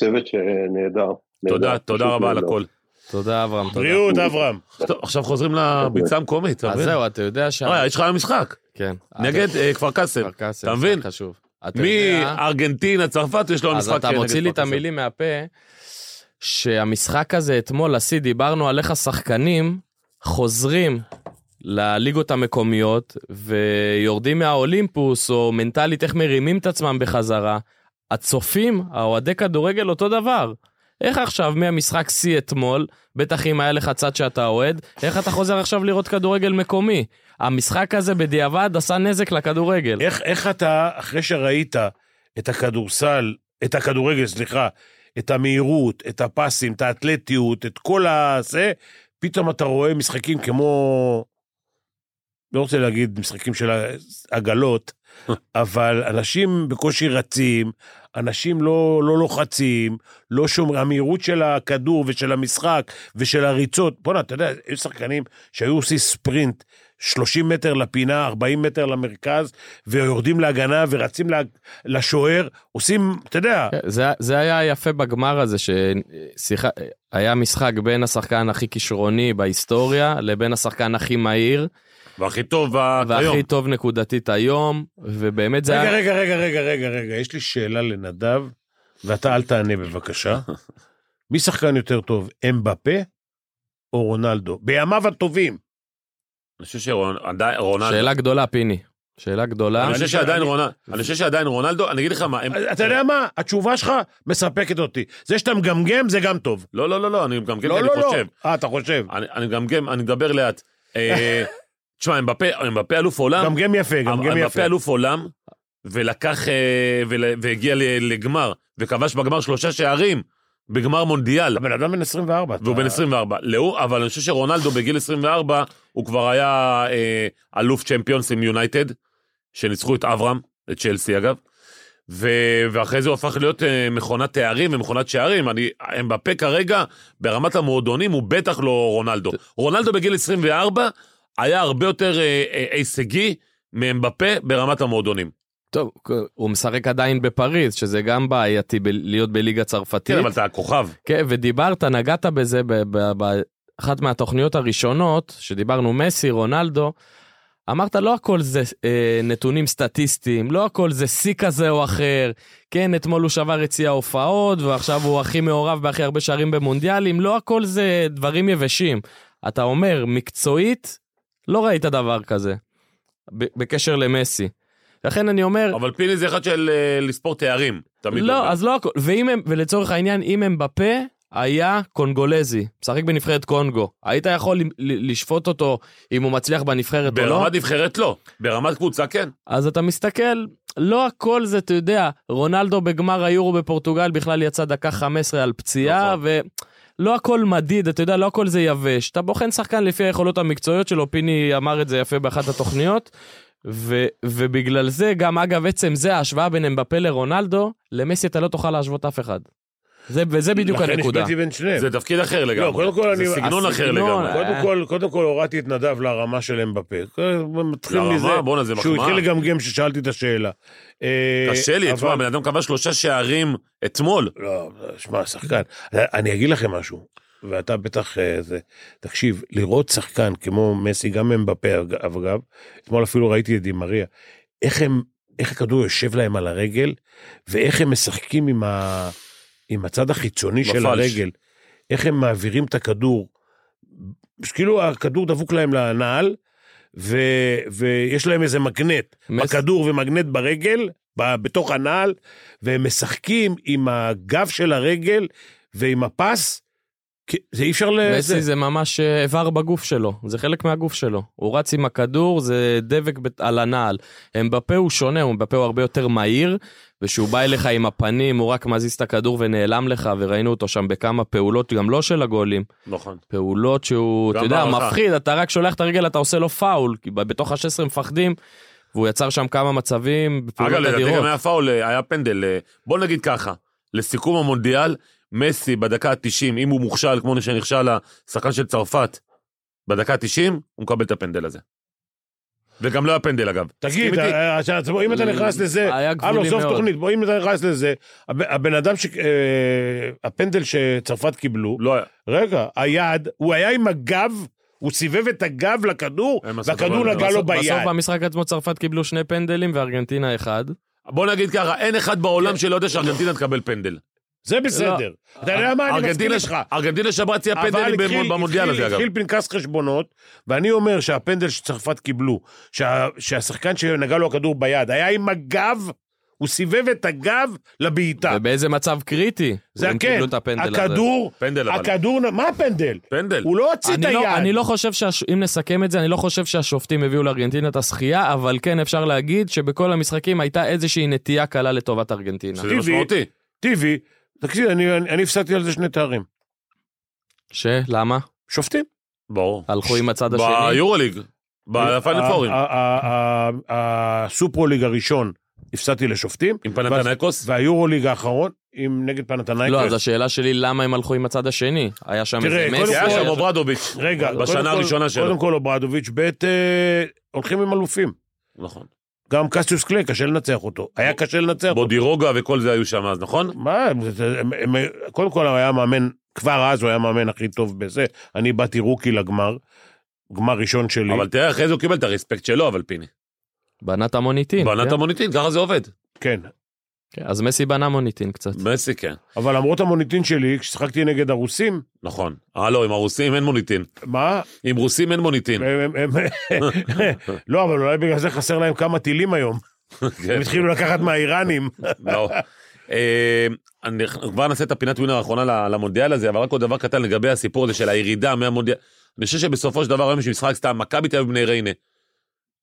E: צוות שנהדר.
B: תודה,
E: נהדר,
B: תודה
E: פשוט
B: רבה על
E: נהדר.
B: הכל.
D: תודה אברהם, תודה.
C: בריאות, אברהם.
B: טוב, עכשיו חוזרים לביצה המקומית, אתה
D: אז
B: מבין?
D: זהו, אתה יודע ש...
B: אה, יש לך היום משחק,
D: כן.
B: נגד אה, כפר קאסם.
D: כפר קאסם,
B: אתה מבין?
D: משחק חשוב. אתה יודע-
B: מארגנטינה, צרפת, יש לו
D: אז
B: משחק
D: אתה
B: נגד
D: מוציא לי
B: כפר
D: את
B: קאסם.
D: המילים מהפה, שהמשחק הזה אתמול, השיא, דיברנו על איך השחקנים חוזרים לליגות המקומיות ויורדים מהאולימפוס, או מנטלית איך מרימים את עצמם בחזרה. הצופים, האוהדי כדורגל, אותו דבר. איך עכשיו מהמשחק שיא אתמול, בטח אם היה לך צד שאתה אוהד, איך אתה חוזר עכשיו לראות כדורגל מקומי? המשחק הזה בדיעבד עשה נזק לכדורגל.
C: איך, איך אתה, אחרי שראית את הכדורסל, את הכדורגל, סליחה, את המהירות, את הפסים, את האתלטיות, את כל הזה, פתאום אתה רואה משחקים כמו... לא רוצה להגיד משחקים של
B: (laughs)
C: עגלות, אבל אנשים בקושי רצים, אנשים לא, לא לוחצים, לא שומר, המהירות של הכדור ושל המשחק ושל הריצות, בוא'נה, אתה יודע, יש שחקנים שהיו עושים ספרינט 30 מטר לפינה, 40 מטר למרכז, ויורדים להגנה ורצים לה, לשוער, עושים, אתה יודע,
D: כן, זה, זה היה יפה בגמר הזה, שהיה משחק בין השחקן הכי כישרוני בהיסטוריה לבין השחקן הכי מהיר,
B: והכי טוב ה- כיום.
D: והכי טוב נקודתית היום, ובאמת זה
C: רגע,
D: היה...
C: רגע, רגע, רגע, רגע, רגע, יש לי שאלה לנדב, ואתה אל תענה בבקשה. מי שחקן יותר טוב, אמבפה או רונלדו? בימיו הטובים.
B: אני חושב שרונלדו,
D: שאלה גדולה, פיני. שאלה גדולה.
B: אני חושב שעדיין רונלדו, אני חושב שעדיין רונלדו, אני אגיד לך מה, הם-
C: אה, אתה יודע מה? התשובה שלך מספקת אותי. זה שאתה מגמגם זה גם טוב.
B: לא, לא, לא, לא, אני מגמגם,
C: לא,
B: כי
C: לא,
B: אני
C: לא.
B: חושב.
C: אה, אתה חושב.
B: אני אני מגמגם, אני מדבר לאט. (laughs) אה, תשמע, אמבפה- אמבפה אלוף עולם,
C: גמגם יפה, גמגם יפה.
B: אמבפה אלוף עולם, ולקח, אה, ול- והגיע ל- לגמר, וכבש בגמר שלושה שערים, בגמר מונדיאל,
C: הבן אדם בן 24. אתה-
B: והוא בן 24. לאו, אבל אני חושב שרונלדו בגיל 24, הוא כבר היה אה, אלוף צ'מפיונס עם יונייטד, שניצחו את אברהם, את צ'לסי אגב, ו, ואחרי זה הוא הפך להיות אה, מכונת תארים ומכונת שערים. אני, הם בפה כרגע, ברמת המועדונים, הוא בטח לא רונלדו. רונלדו בגיל 24 היה הרבה יותר אה, אה, הישגי מאמבפה ברמת המועדונים.
D: טוב, הוא משחק עדיין בפריז, שזה גם בעייתי ב- להיות בליגה צרפתית.
B: כן, אבל אתה הכוכב.
D: כן, ודיברת, נגעת בזה ב- ב- באחת מהתוכניות הראשונות, שדיברנו מסי, רונלדו, אמרת לא הכל זה אה, נתונים סטטיסטיים, לא הכל זה שיא כזה או אחר, כן, אתמול הוא שבר את שיא ההופעות, ועכשיו הוא הכי מעורב בהכי הרבה שערים במונדיאלים, לא הכל זה דברים יבשים. אתה אומר, מקצועית, לא ראית דבר כזה, ב- בקשר למסי. לכן אני אומר,
B: אבל פיני זה אחד של אה, לספור תארים. תמיד הוא
D: לא,
B: אומר.
D: אז לא הכל. ואם הם, ולצורך העניין, אם הם בפה, היה קונגולזי, משחק בנבחרת קונגו. היית יכול ל- ל- לשפוט אותו אם הוא מצליח בנבחרת או לא?
B: ברמת נבחרת לא, ברמת קבוצה כן.
D: אז אתה מסתכל, לא הכל זה, אתה יודע, רונלדו בגמר היורו בפורטוגל בכלל יצא דקה 15 על פציעה,
B: נכון.
D: ולא הכל מדיד, אתה יודע, לא הכל זה יבש. אתה בוחן שחקן לפי היכולות המקצועיות שלו, פיני אמר את זה יפה באחת התוכניות. ו- ובגלל זה, גם אגב, עצם זה, ההשוואה בין אמבפה לרונלדו, למסי אתה לא תוכל להשוות אף אחד. זה, וזה בדיוק
C: לכן
D: הנקודה.
C: השוויתי בין שניהם. לא,
B: זה תפקיד אחר לגמרי.
C: כן. קודם כל
B: זה
C: אני-
B: סגנון אחר
D: הסגנון,
B: לגמרי.
C: קודם
D: אה,
C: כל, קודם כל הורדתי את נדב לרמה של אמבפה. מתחיל
B: לרמה?
C: מזה
B: לא, בואנה, זה
C: שהוא
B: מחמאה.
C: התחיל לגמגם כששאלתי את השאלה. אה,
B: קשה לי,
C: אבל-
B: תשמע, הבן אדם כבש שלושה שערים אתמול.
C: לא, שמע, שחקן. אני אגיד לכם משהו, ואתה בטח... אה, זה, תקשיב, לראות שחקן כמו מסי, גם אמבפה, אגב, אגב, אתמול אפילו ראיתי את דימריה, איך הם, איך הכדור יושב להם על הרגל, ואיך הם משחקים עם, ה, עם הצד החיצוני של
B: בפלש.
C: הרגל. איך הם מעבירים את הכדור. כאילו הכדור דבוק להם לנעל, ו, ויש להם איזה מגנט.
D: מס-
C: בכדור ומגנט ברגל, ב- בתוך הנעל, והם משחקים עם הגב של הרגל ועם הפס, כי- זה אי אפשר ל...
D: מסי זה ממש אה, איבר בגוף שלו, זה חלק מהגוף שלו. הוא רץ עם הכדור, זה דבק בת- על הנעל. אמבפה הוא שונה, הוא- אמבפה הוא הרבה יותר מהיר, ושהוא בא אליך עם הפנים, הוא רק מזיז את הכדור ונעלם לך, וראינו אותו שם בכמה פעולות, גם לא של הגולים,
B: נכון.
D: פעולות שהוא,
B: גם
D: אתה יודע,
B: בהערכה.
D: מפחיד, אתה רק שולח את הרגל, אתה עושה לו פאול, כי ב- בתוך ה-16 מפחדים, והוא יצר שם כמה מצבים,
B: אגב,
D: פעולות
B: לדעתי
D: אדירות.
B: גם היה פאול, אה, היה פנדל. אה, בוא נגיד ככה, לסיכום המונדיאל, מסי בדקה ה-90, אם הוא מוכשל כמו שנכשל השחקן של צרפת, בדקה ה-90, הוא מקבל את הפנדל הזה. וגם לא היה פנדל אגב.
C: תגיד,
B: תסכים איתי?
C: אה, אה, אז בוא, אם אתה נכנס לזה,
D: היה
C: הלו,
D: גבולי
C: סוף
D: מאוד.
C: תוכנית, בוא, אם אתה נכנס לזה, הב- הבן אדם, ש- אה, הפנדל שצרפת קיבלו,
B: לא היה.
C: רגע, היד, הוא היה עם הגב, הוא סיבב את הגב לכדור,
B: הם עשו
C: והכדור
B: דבר,
C: נגע
B: בסוף-
C: לו
D: בסוף
C: לא ביד.
D: במשחק עצמו צרפת קיבלו שני פנדלים וארגנטינה אחד.
B: בוא נגיד ככה, אין אחד בעולם שלא יודע שארגנטינה תקבל פנדל.
C: זה בסדר.
D: לא,
C: אתה יודע מה, אני מסכים
B: ארגנטינה-
C: איתך.
B: ארגנטינה שברה צי
C: אבל
B: הפנדלים
C: התחיל-
B: במונ- במונדיאל
C: התחיל-
B: הזה אגב.
C: התחיל פנקס חשבונות, ואני אומר שהפנדל שצרפת קיבלו, שה- שהשחקן שנגע לו הכדור ביד היה עם הגב, הוא סיבב את הגב לבעיטה.
D: ובאיזה מצב קריטי
C: זה
D: הם
C: כן,
D: קיבלו את הפנדל הזה.
C: הכדור,
B: פנדל לא, אבל.
C: הכדור, נ- מה הפנדל?
B: פנדל.
C: הוא לא הוציא את
D: אני לא, אני
C: היד.
D: לא חושב, שהש... אם נסכם את זה, אני לא חושב שהשופטים הביאו לארגנטינה את הזכייה, אבל כן אפשר להגיד שבכל המשחקים הייתה איזושהי נטייה קלה לטובת ארגנטינה.
B: שזה
C: טבעי.
B: משמעותי.
C: טיבי, תקשיב, אני- אני אני הפסדתי על זה שני תארים.
D: ש? למה?
C: שופטים.
B: ברור.
D: הלכו עם הצד השני?
B: ביורוליג. בפיינל
C: ה-
B: פורים.
C: ה- ה- ה- הסופרוליג הראשון הפסדתי לשופטים,
B: עם פנתנקוס?
C: והיורוליג האחרון, עם נגד פנתנייקוס.
D: לא, אז השאלה שלי, למה הם הלכו עם הצד השני? היה שם
C: תראה,
D: איזה
C: קודם
D: מסי?
B: היה
C: כל-
B: שם אוברדוביץ'.
C: רגע,
B: בשנה
C: קודם כל-
B: הראשונה שלו.
C: קודם כל אוברדוביץ', ב' אה, הולכים עם אלופים.
B: נכון.
C: גם קסיוס קליי, קשה לנצח אותו. היה קשה לנצח אותו.
B: בודירוגה וכל זה היו שם אז, נכון?
C: מה, הם- הם- הם- קודם כל הוא היה מאמן, כבר אז הוא היה מאמן הכי טוב בזה. אני באתי רוקי לגמר, גמר ראשון שלי.
B: אבל תראה, אחרי זה הוא קיבל את הרספקט שלו, אבל פיני.
D: בנה את המוניטין.
B: בענת
D: כן.
B: המוניטין, ככה זה עובד.
C: כן.
D: כן, אז מסי בנה מוניטין קצת.
B: מסי, כן.
C: אבל למרות המוניטין שלי, כששחקתי נגד הרוסים,
B: נכון. אה, לא, עם הרוסים אין מוניטין.
C: מה?
B: עם רוסים אין מוניטין.
C: הם- הם- הם- לא, אבל אולי בגלל זה חסר להם כמה טילים היום.
B: כן.
C: הם התחילו לקחת מהאיראנים.
B: לא. אה, אני כבר נעשה את הפינת ווינר האחרונה ל- למונדיאל הזה, אבל רק עוד דבר קטן לגבי הסיפור הזה של הירידה מהמונדיאל. אני חושב שבסופו של דבר היום יש משחק סתם, מכבי תל אביב בני ריינה.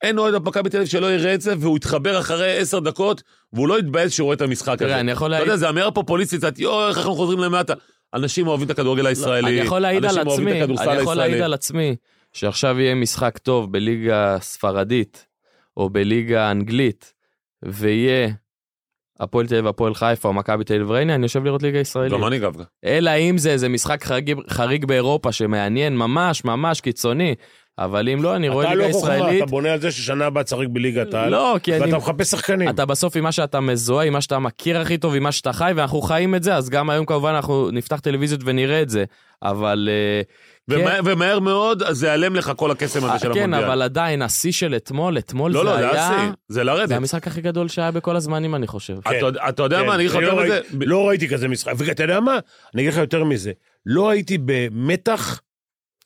B: אין אוהד במכבי תל אביב שלא יראה את זה, והוא יתחבר אחרי עשר דקות, והוא לא יתבאס שהוא רואה את המשחק הזה.
D: תראה, אני יכול
B: אתה
D: להעיד...
B: יודע, זה אמירה פופוליסטית, קצת, יואו, איך אנחנו חוזרים למטה. אנשים אוהבים את הכדורגל הישראלי,
D: לא, אני יכול להעיד על
B: אנשים אוהבים את
D: עצמי,
B: הכדורסל
D: אני יכול להעיד
B: הישראלי.
D: על עצמי, שעכשיו יהיה משחק טוב בליגה הספרדית, או בליגה האנגלית, ויהיה הפועל תל אביב, הפועל חיפה, או מכבי תל אביב ריינה, אני יושב לראות ליגה ישראלית.
B: גם אני דווקא.
D: אלא אם זה איזה משחק חריג, חריג באירופה שמעניין ממש ממש קיצוני, אבל אם לא, אני רואה
C: אתה לא
D: ליגה
C: חוכמה,
D: ישראלית.
C: אתה בונה על זה ששנה הבאה תשחק בליגת העל,
D: לא, כי אני...
C: ואתה מחפש שחקנים.
D: אתה בסוף עם מה שאתה מזוהה, עם מה שאתה מכיר הכי טוב, עם מה שאתה חי, ואנחנו חיים את זה, אז גם היום כמובן אנחנו נפתח טלוויזיות ונראה את זה. אבל... אה,
B: ומה- ומהר מאוד, אז זה ייעלם לך כל הקסם הזה של
D: כן,
B: המונדיאל.
D: אבל עדיין, השיא של אתמול, אתמול
B: לא,
D: זה
B: לא, זה
D: היה...
B: השיא, זה
D: זה
B: לרדת.
D: המשחק הכי גדול שהיה בכל הזמנים, אני חושב.
B: אתה- אתה יודע
C: כן,
B: מה, אני אגיד לך
C: אני
B: יותר
C: לא
B: מזה,
C: ראיתי- לא ראיתי כזה משחק. ואתה יודע מה? אני אגיד לך יותר מזה. לא הייתי במתח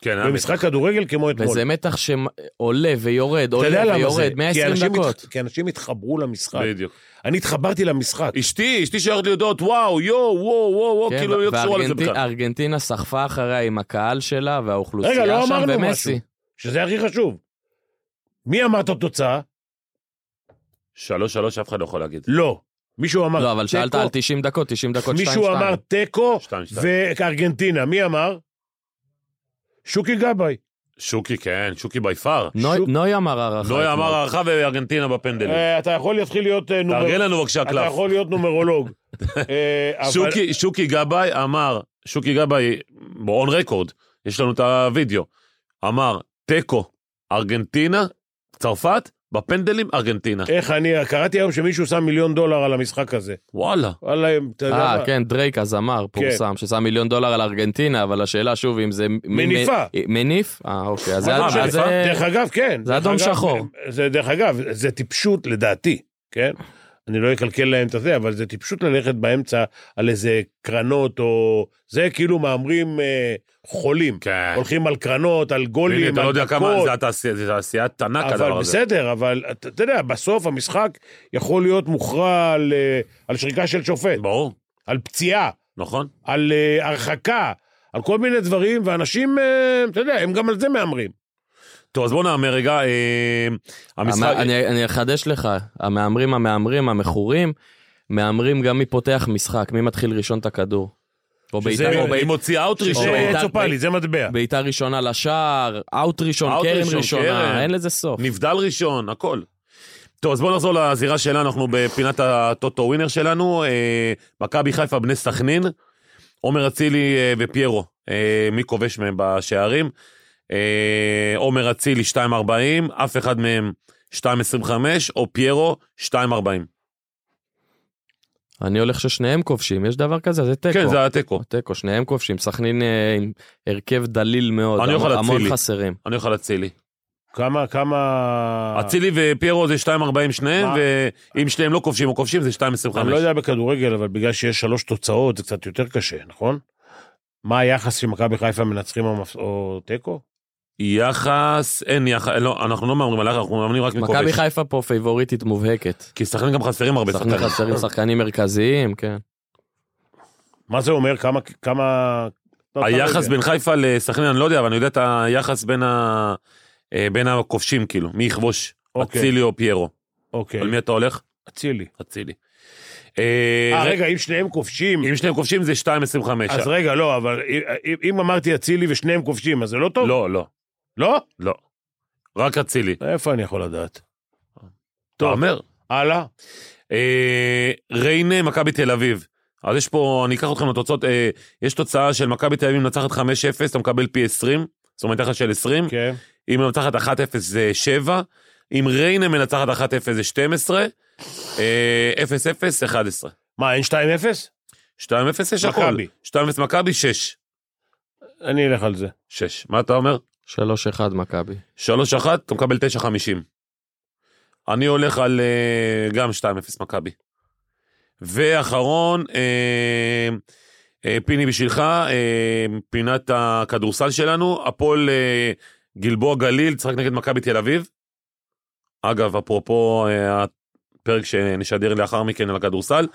B: כן, היה
C: במשחק כדורגל כמו אתמול.
D: וזה מתח שעולה ויורד,
C: אתה
D: עולה
C: יודע למה זה?
D: ויורד,
C: כי
D: 120
C: אנשים
D: דקות.
C: הת- כי אנשים התחברו למשחק.
B: בדיוק.
C: אני התחברתי למשחק.
B: אשתי, אשתי שייכת לי יודעות, וואו, יואו, וואו, וואו, וואו,
D: כן,
B: כאילו היא לא קשורה לזה
D: וארגנטי-
B: בכלל.
D: ארגנטינה סחפה אחריה עם הקהל שלה והאוכלוסייה
C: רגע, לא
D: שם,
C: אמרנו
D: ומסי.
C: משהו. שזה הכי חשוב. מי אמר את התוצאה?
B: שלוש, שלוש, אף אחד לא יכול להגיד.
C: לא. מישהו אמר
D: לא, אבל שאלת
C: תיקו?
D: על 90 דקות, 90 דקות 2-2.
C: מישהו אמר תיקו
B: שתיים, שתיים.
C: וארגנטינה. מי אמר? שוקי גבאי. שוקי.
B: כי כן, שוקי בי פאר.
D: נוי-
C: שוק.
D: נוי אמר הערכה.
B: נוי אמר
D: אתמול.
B: הערכה וארגנטינה בפנדלים.
C: אה, אתה יכול להתחיל להיות אה, נומר-
B: תארגן לנו בבקשה
C: אתה
B: קלף.
C: יכול להיות
B: (laughs)
C: נומרולוג. אה, אבל-
B: שוקי, שוקי גבאי אמר, שוקי גבאי, און רקורד, יש לנו את הוידאו, אמר, תיקו, ארגנטינה, צרפת, בפנדלים, ארגנטינה.
C: איך אני, קראתי היום שמישהו שם מיליון דולר על המשחק הזה.
B: וואלה.
C: וואלה, אם אתה יודע
D: אה,
C: מה.
D: כן, דרייק אז אמר, פורסם, ששם מיליון דולר על ארגנטינה, אבל השאלה שוב, אם זה... מ-
C: מניפה.
D: מ- מניף? אה, אוקיי, אז
B: מה,
D: זה... אז
B: מניפה?
D: זה-
C: דרך אגב, כן.
D: זה
C: דרך
D: אדום
C: אגב,
D: שחור.
C: זה, דרך אגב, זה טיפשות לדעתי, כן? אני לא אקלקל להם את הזה, אבל זה טיפשות ללכת באמצע על איזה קרנות או... זה כאילו מהמרים אה, חולים.
B: כן.
C: הולכים על קרנות, על גולים,
B: הנה,
C: על
B: אתה לא יודע כמה,
C: דקות,
B: זה התעשייה- זה תעשיית ענק
C: אבל
B: הדבר הזה.
C: בסדר, אבל אתה אתה יודע, בסוף המשחק יכול להיות מוכרע על, אה, על שריקה של שופט,
B: ברור,
C: על פציעה,
B: נכון.
C: על אה, הרחקה, על כל מיני דברים, ואנשים, אה, אתה יודע, הם גם על זה מהמרים.
B: טוב, אז בואו נאמר רגע, אה, המשחק...
D: המ- אני אני אחדש לך, המהמרים המהמרים, המכורים, מהמרים גם מי פותח משחק, מי מתחיל ראשון את הכדור. או
C: שזה-
D: בעיטה- או
B: היא
D: בעיט-
B: מוציאה אאוט ראשון.
C: זה
D: בעיטה-
C: אה, צופלי, זה מטבע.
D: בעיטה ראשונה לשער, אאוט ראשון,
B: אאוט
D: קרן
B: ראשון, קרן.
D: ראשונה, אין לזה סוף.
B: נבדל ראשון, הכל. טוב, אז בואו נחזור לזירה שלנו, אנחנו בפינת הטוטו ווינר שלנו. אה, מכבי חיפה, בני סכנין, עומר אצילי אה, ופיירו, אה, מי כובש מהם בשערים? אה, עומר אצילי 2.40, אף אחד מהם 2.25, או פיירו 2.40.
D: אני הולך ששניהם כובשים, יש דבר כזה? זה תיקו.
B: כן, זה היה תיקו.
D: תיקו, שניהם כובשים, סכנין אה, עם הרכב דליל מאוד,
B: אני יכול
D: המון-
B: אצילי.
D: המון חסרים.
B: אני הולך על אצילי.
C: כמה, כמה...
B: אה. אצילי ופיירו זה 2.40 שניהם,
C: מה?
B: ואם שניהם לא כובשים או כובשים זה 2.25.
C: אני לא יודע בכדורגל, אבל בגלל שיש שלוש תוצאות זה קצת יותר קשה, נכון? מה היחס שמכבי חיפה מנצחים או מפס- או תיקו?
B: יחס, אין יחס, לא, אנחנו לא מהמרים על יחס, אנחנו מאמנים רק
D: מכבי
B: מכובש.
D: חיפה פה פייבוריטית מובהקת.
B: כי סכנין גם חסרים הרבה
D: סכנין
B: שחקנים.
D: חסרים שחקנים מרכזיים, כן.
C: מה זה אומר? כמה... כמה... לא, אתה לא
B: היחס
C: יודע.
B: בין חיפה לסכנין, אני לא יודע, אבל אני יודע את היחס בין ה- אה, בין הכובשים, כאילו, מי יכבוש,
C: אוקיי.
B: אצילי או פיירו.
C: אוקיי,
B: על מי אתה הולך?
C: אצילי.
B: אצילי. אה,
C: אה,
B: ר-
C: רגע, אם שניהם כובשים...
B: אם שניהם כובשים זה 2.25.
C: אז רגע, לא, אבל אם- אם אמרתי אצילי ושניהם כובשים, אז זה לא טוב?
B: לא, לא,
C: לא?
B: לא. רק אצילי.
C: איפה אני יכול לדעת?
B: אתה אומר.
C: הלאה.
B: אה, ריינה, מכבי תל אביב. אז יש פה, אני אקח אתכם לתוצאות, אה, יש תוצאה של מכבי תל אביב מנצחת 5-0, אתה מקבל פי 20, זאת אומרת יחס של 20,
C: כן.
B: אם מנצחת 1-0 זה 7, אם ריינה מנצחת 1-0 זה 12, אה, 0-0, 11.
C: מה, אין 2-0?
B: 2-0 יש הכל.
C: מכבי.
B: 2-0 מכבי, 6.
C: אני אלך על זה.
B: 6. מה אתה אומר?
D: 3-1 מכבי.
B: 3-1, אתה מקבל 9.50. אני הולך על אה, גם 2-0 מכבי. ואחרון, אה, אה, פיני בשבילך, אה, פינת הכדורסל שלנו, הפועל אה, גלבוע גליל, תשחק נגד מכבי תל אביב. אגב, אפרופו אה, הפרק שנשדר לאחר מכן על הכדורסל,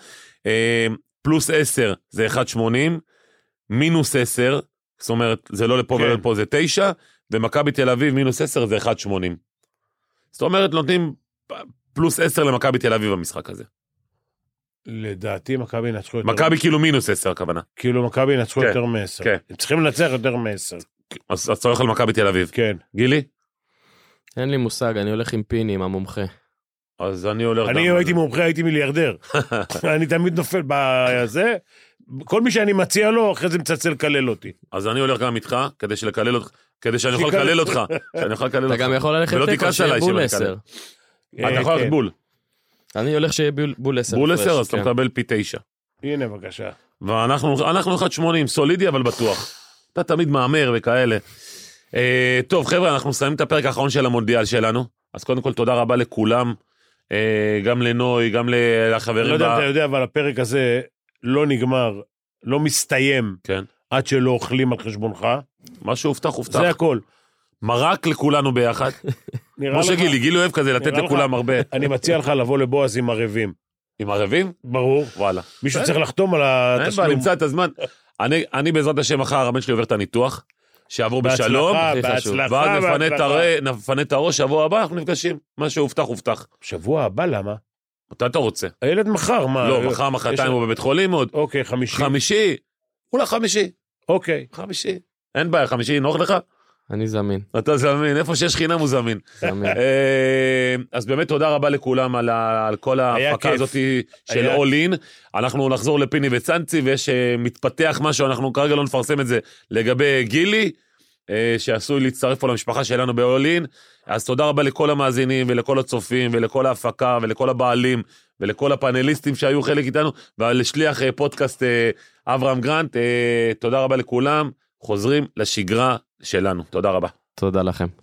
B: אה, פלוס 10 זה 1.80, מינוס 10, זאת אומרת, זה לא לפה
C: כן.
B: ולא לפה זה 9, ומכבי תל אביב מינוס 10 זה 1.80. זאת אומרת, נותנים פלוס 10 למכבי תל אביב במשחק הזה.
C: לדעתי מכבי ינצחו יותר.
B: מכבי כאילו מינוס 10 הכוונה.
C: כאילו מכבי ינצחו
B: כן,
C: יותר מ-10.
B: כן.
C: הם צריכים לנצח יותר מ-10.
B: אז אז אתה הולך על מכבי תל אביב.
C: כן.
B: גילי?
D: אין לי מושג, אני הולך עם פיני, עם המומחה.
B: אז אני הולך...
C: אני
B: גם-
C: הייתי מומחה, הייתי
B: (laughs)
C: מיליארדר. אני תמיד נופל בזה. כל מי שאני מציע לו, אחרי זה מצלצל לקלל אותי.
B: אז אני הולך גם איתך, כדי שלקלל אותך, כדי שאני אוכל
C: שיקלל-
B: לקלל
C: (laughs)
B: אותך. שאני אוכל לקלל אותך.
D: אתה גם יכול ללכת
B: ולא
D: תיקו
B: תכעס
D: שיהיה
B: עליי
D: בול
B: שאני
D: 10.
B: אקלל.
C: כן, אה,
B: אתה יכול ללכת בול.
D: אני הולך שיהיה בול- בול כן. 10.
B: בול 10, אז אתה מקבל פי 9.
C: הנה, בבקשה.
B: ואנחנו אנחנו 1.80, סולידי אבל בטוח. אתה תמיד מהמר וכאלה. אה, טוב, חבר'ה, אנחנו מסיימים את הפרק האחרון של המונדיאל שלנו. אז קודם כל, תודה רבה לכולם, אה, גם לנוי, גם ל-
C: אני לא
B: לחברים.
C: יודע אם
B: ב-
C: אתה יודע, אבל הפרק הזה לא נגמר, לא מסתיים,
B: כן. עד
C: עד שלא אוכלים על חשבונך.
B: מה שהובטח, הובטח.
C: זה הכל.
B: מרק לכולנו ביחד.
C: נראה
B: כמו
C: לך-
B: שגילי, גילי אוהב כזה, לתת
C: נראה לך-
B: לכולם הרבה.
C: אני מציע לך לבוא לבועז עם ערבים.
B: (laughs) עם ערבים?
C: ברור.
B: וואלה.
C: מישהו צריך לחתום על
B: אין בעיה,
C: התשלום.
B: נמצא את הזמן. אני- אני בעזרת השם מחר, הבן שלי עובר את הניתוח, שיעבור
C: בהצלחה,
B: בשלום.
D: הכי חשוב.
C: בהצלחה,
B: ואז נפנה את
C: בהצלחה.
B: הרי- נפנה את הראש, שבוע הבא אנחנו נפגשים. מה שהובטח, הובטח.
C: שבוע הבא, למה?
B: מתי אתה רוצה?
C: הילד מחר, מה?
B: לא, מחר,
C: אה, יש-
B: מחרתיים הוא בבית חולים עוד.
C: אוקיי, חמישי.
B: חמישי, אולי חמישי,
C: אוקיי.
B: חמישי. אין בעיה, חמישי נוח לך?
D: אני
B: (laughs)
D: זמין,
B: אתה זמין, איפה שיש חינם הוא זמין.
D: זמין.
B: אה, אז באמת תודה רבה לכולם על ה- על כל ההפקה
C: כיף.
B: הזאת של
C: היה-
B: All In. אנחנו נחזור לפיני וצאנצי, ויש אה, מתפתח משהו, אנחנו כרגע לא נפרסם את זה, לגבי גילי, אה, שעשוי להצטרף פה למשפחה שלנו ב-All In. אז תודה רבה לכל המאזינים ולכל הצופים ולכל ההפקה ולכל הבעלים ולכל הפאנליסטים שהיו חלק איתנו, ולשליח אה, פודקאסט אה, אברהם גרנט, אה, תודה רבה לכולם, חוזרים לשגרה שלנו. תודה רבה.
D: תודה לכם.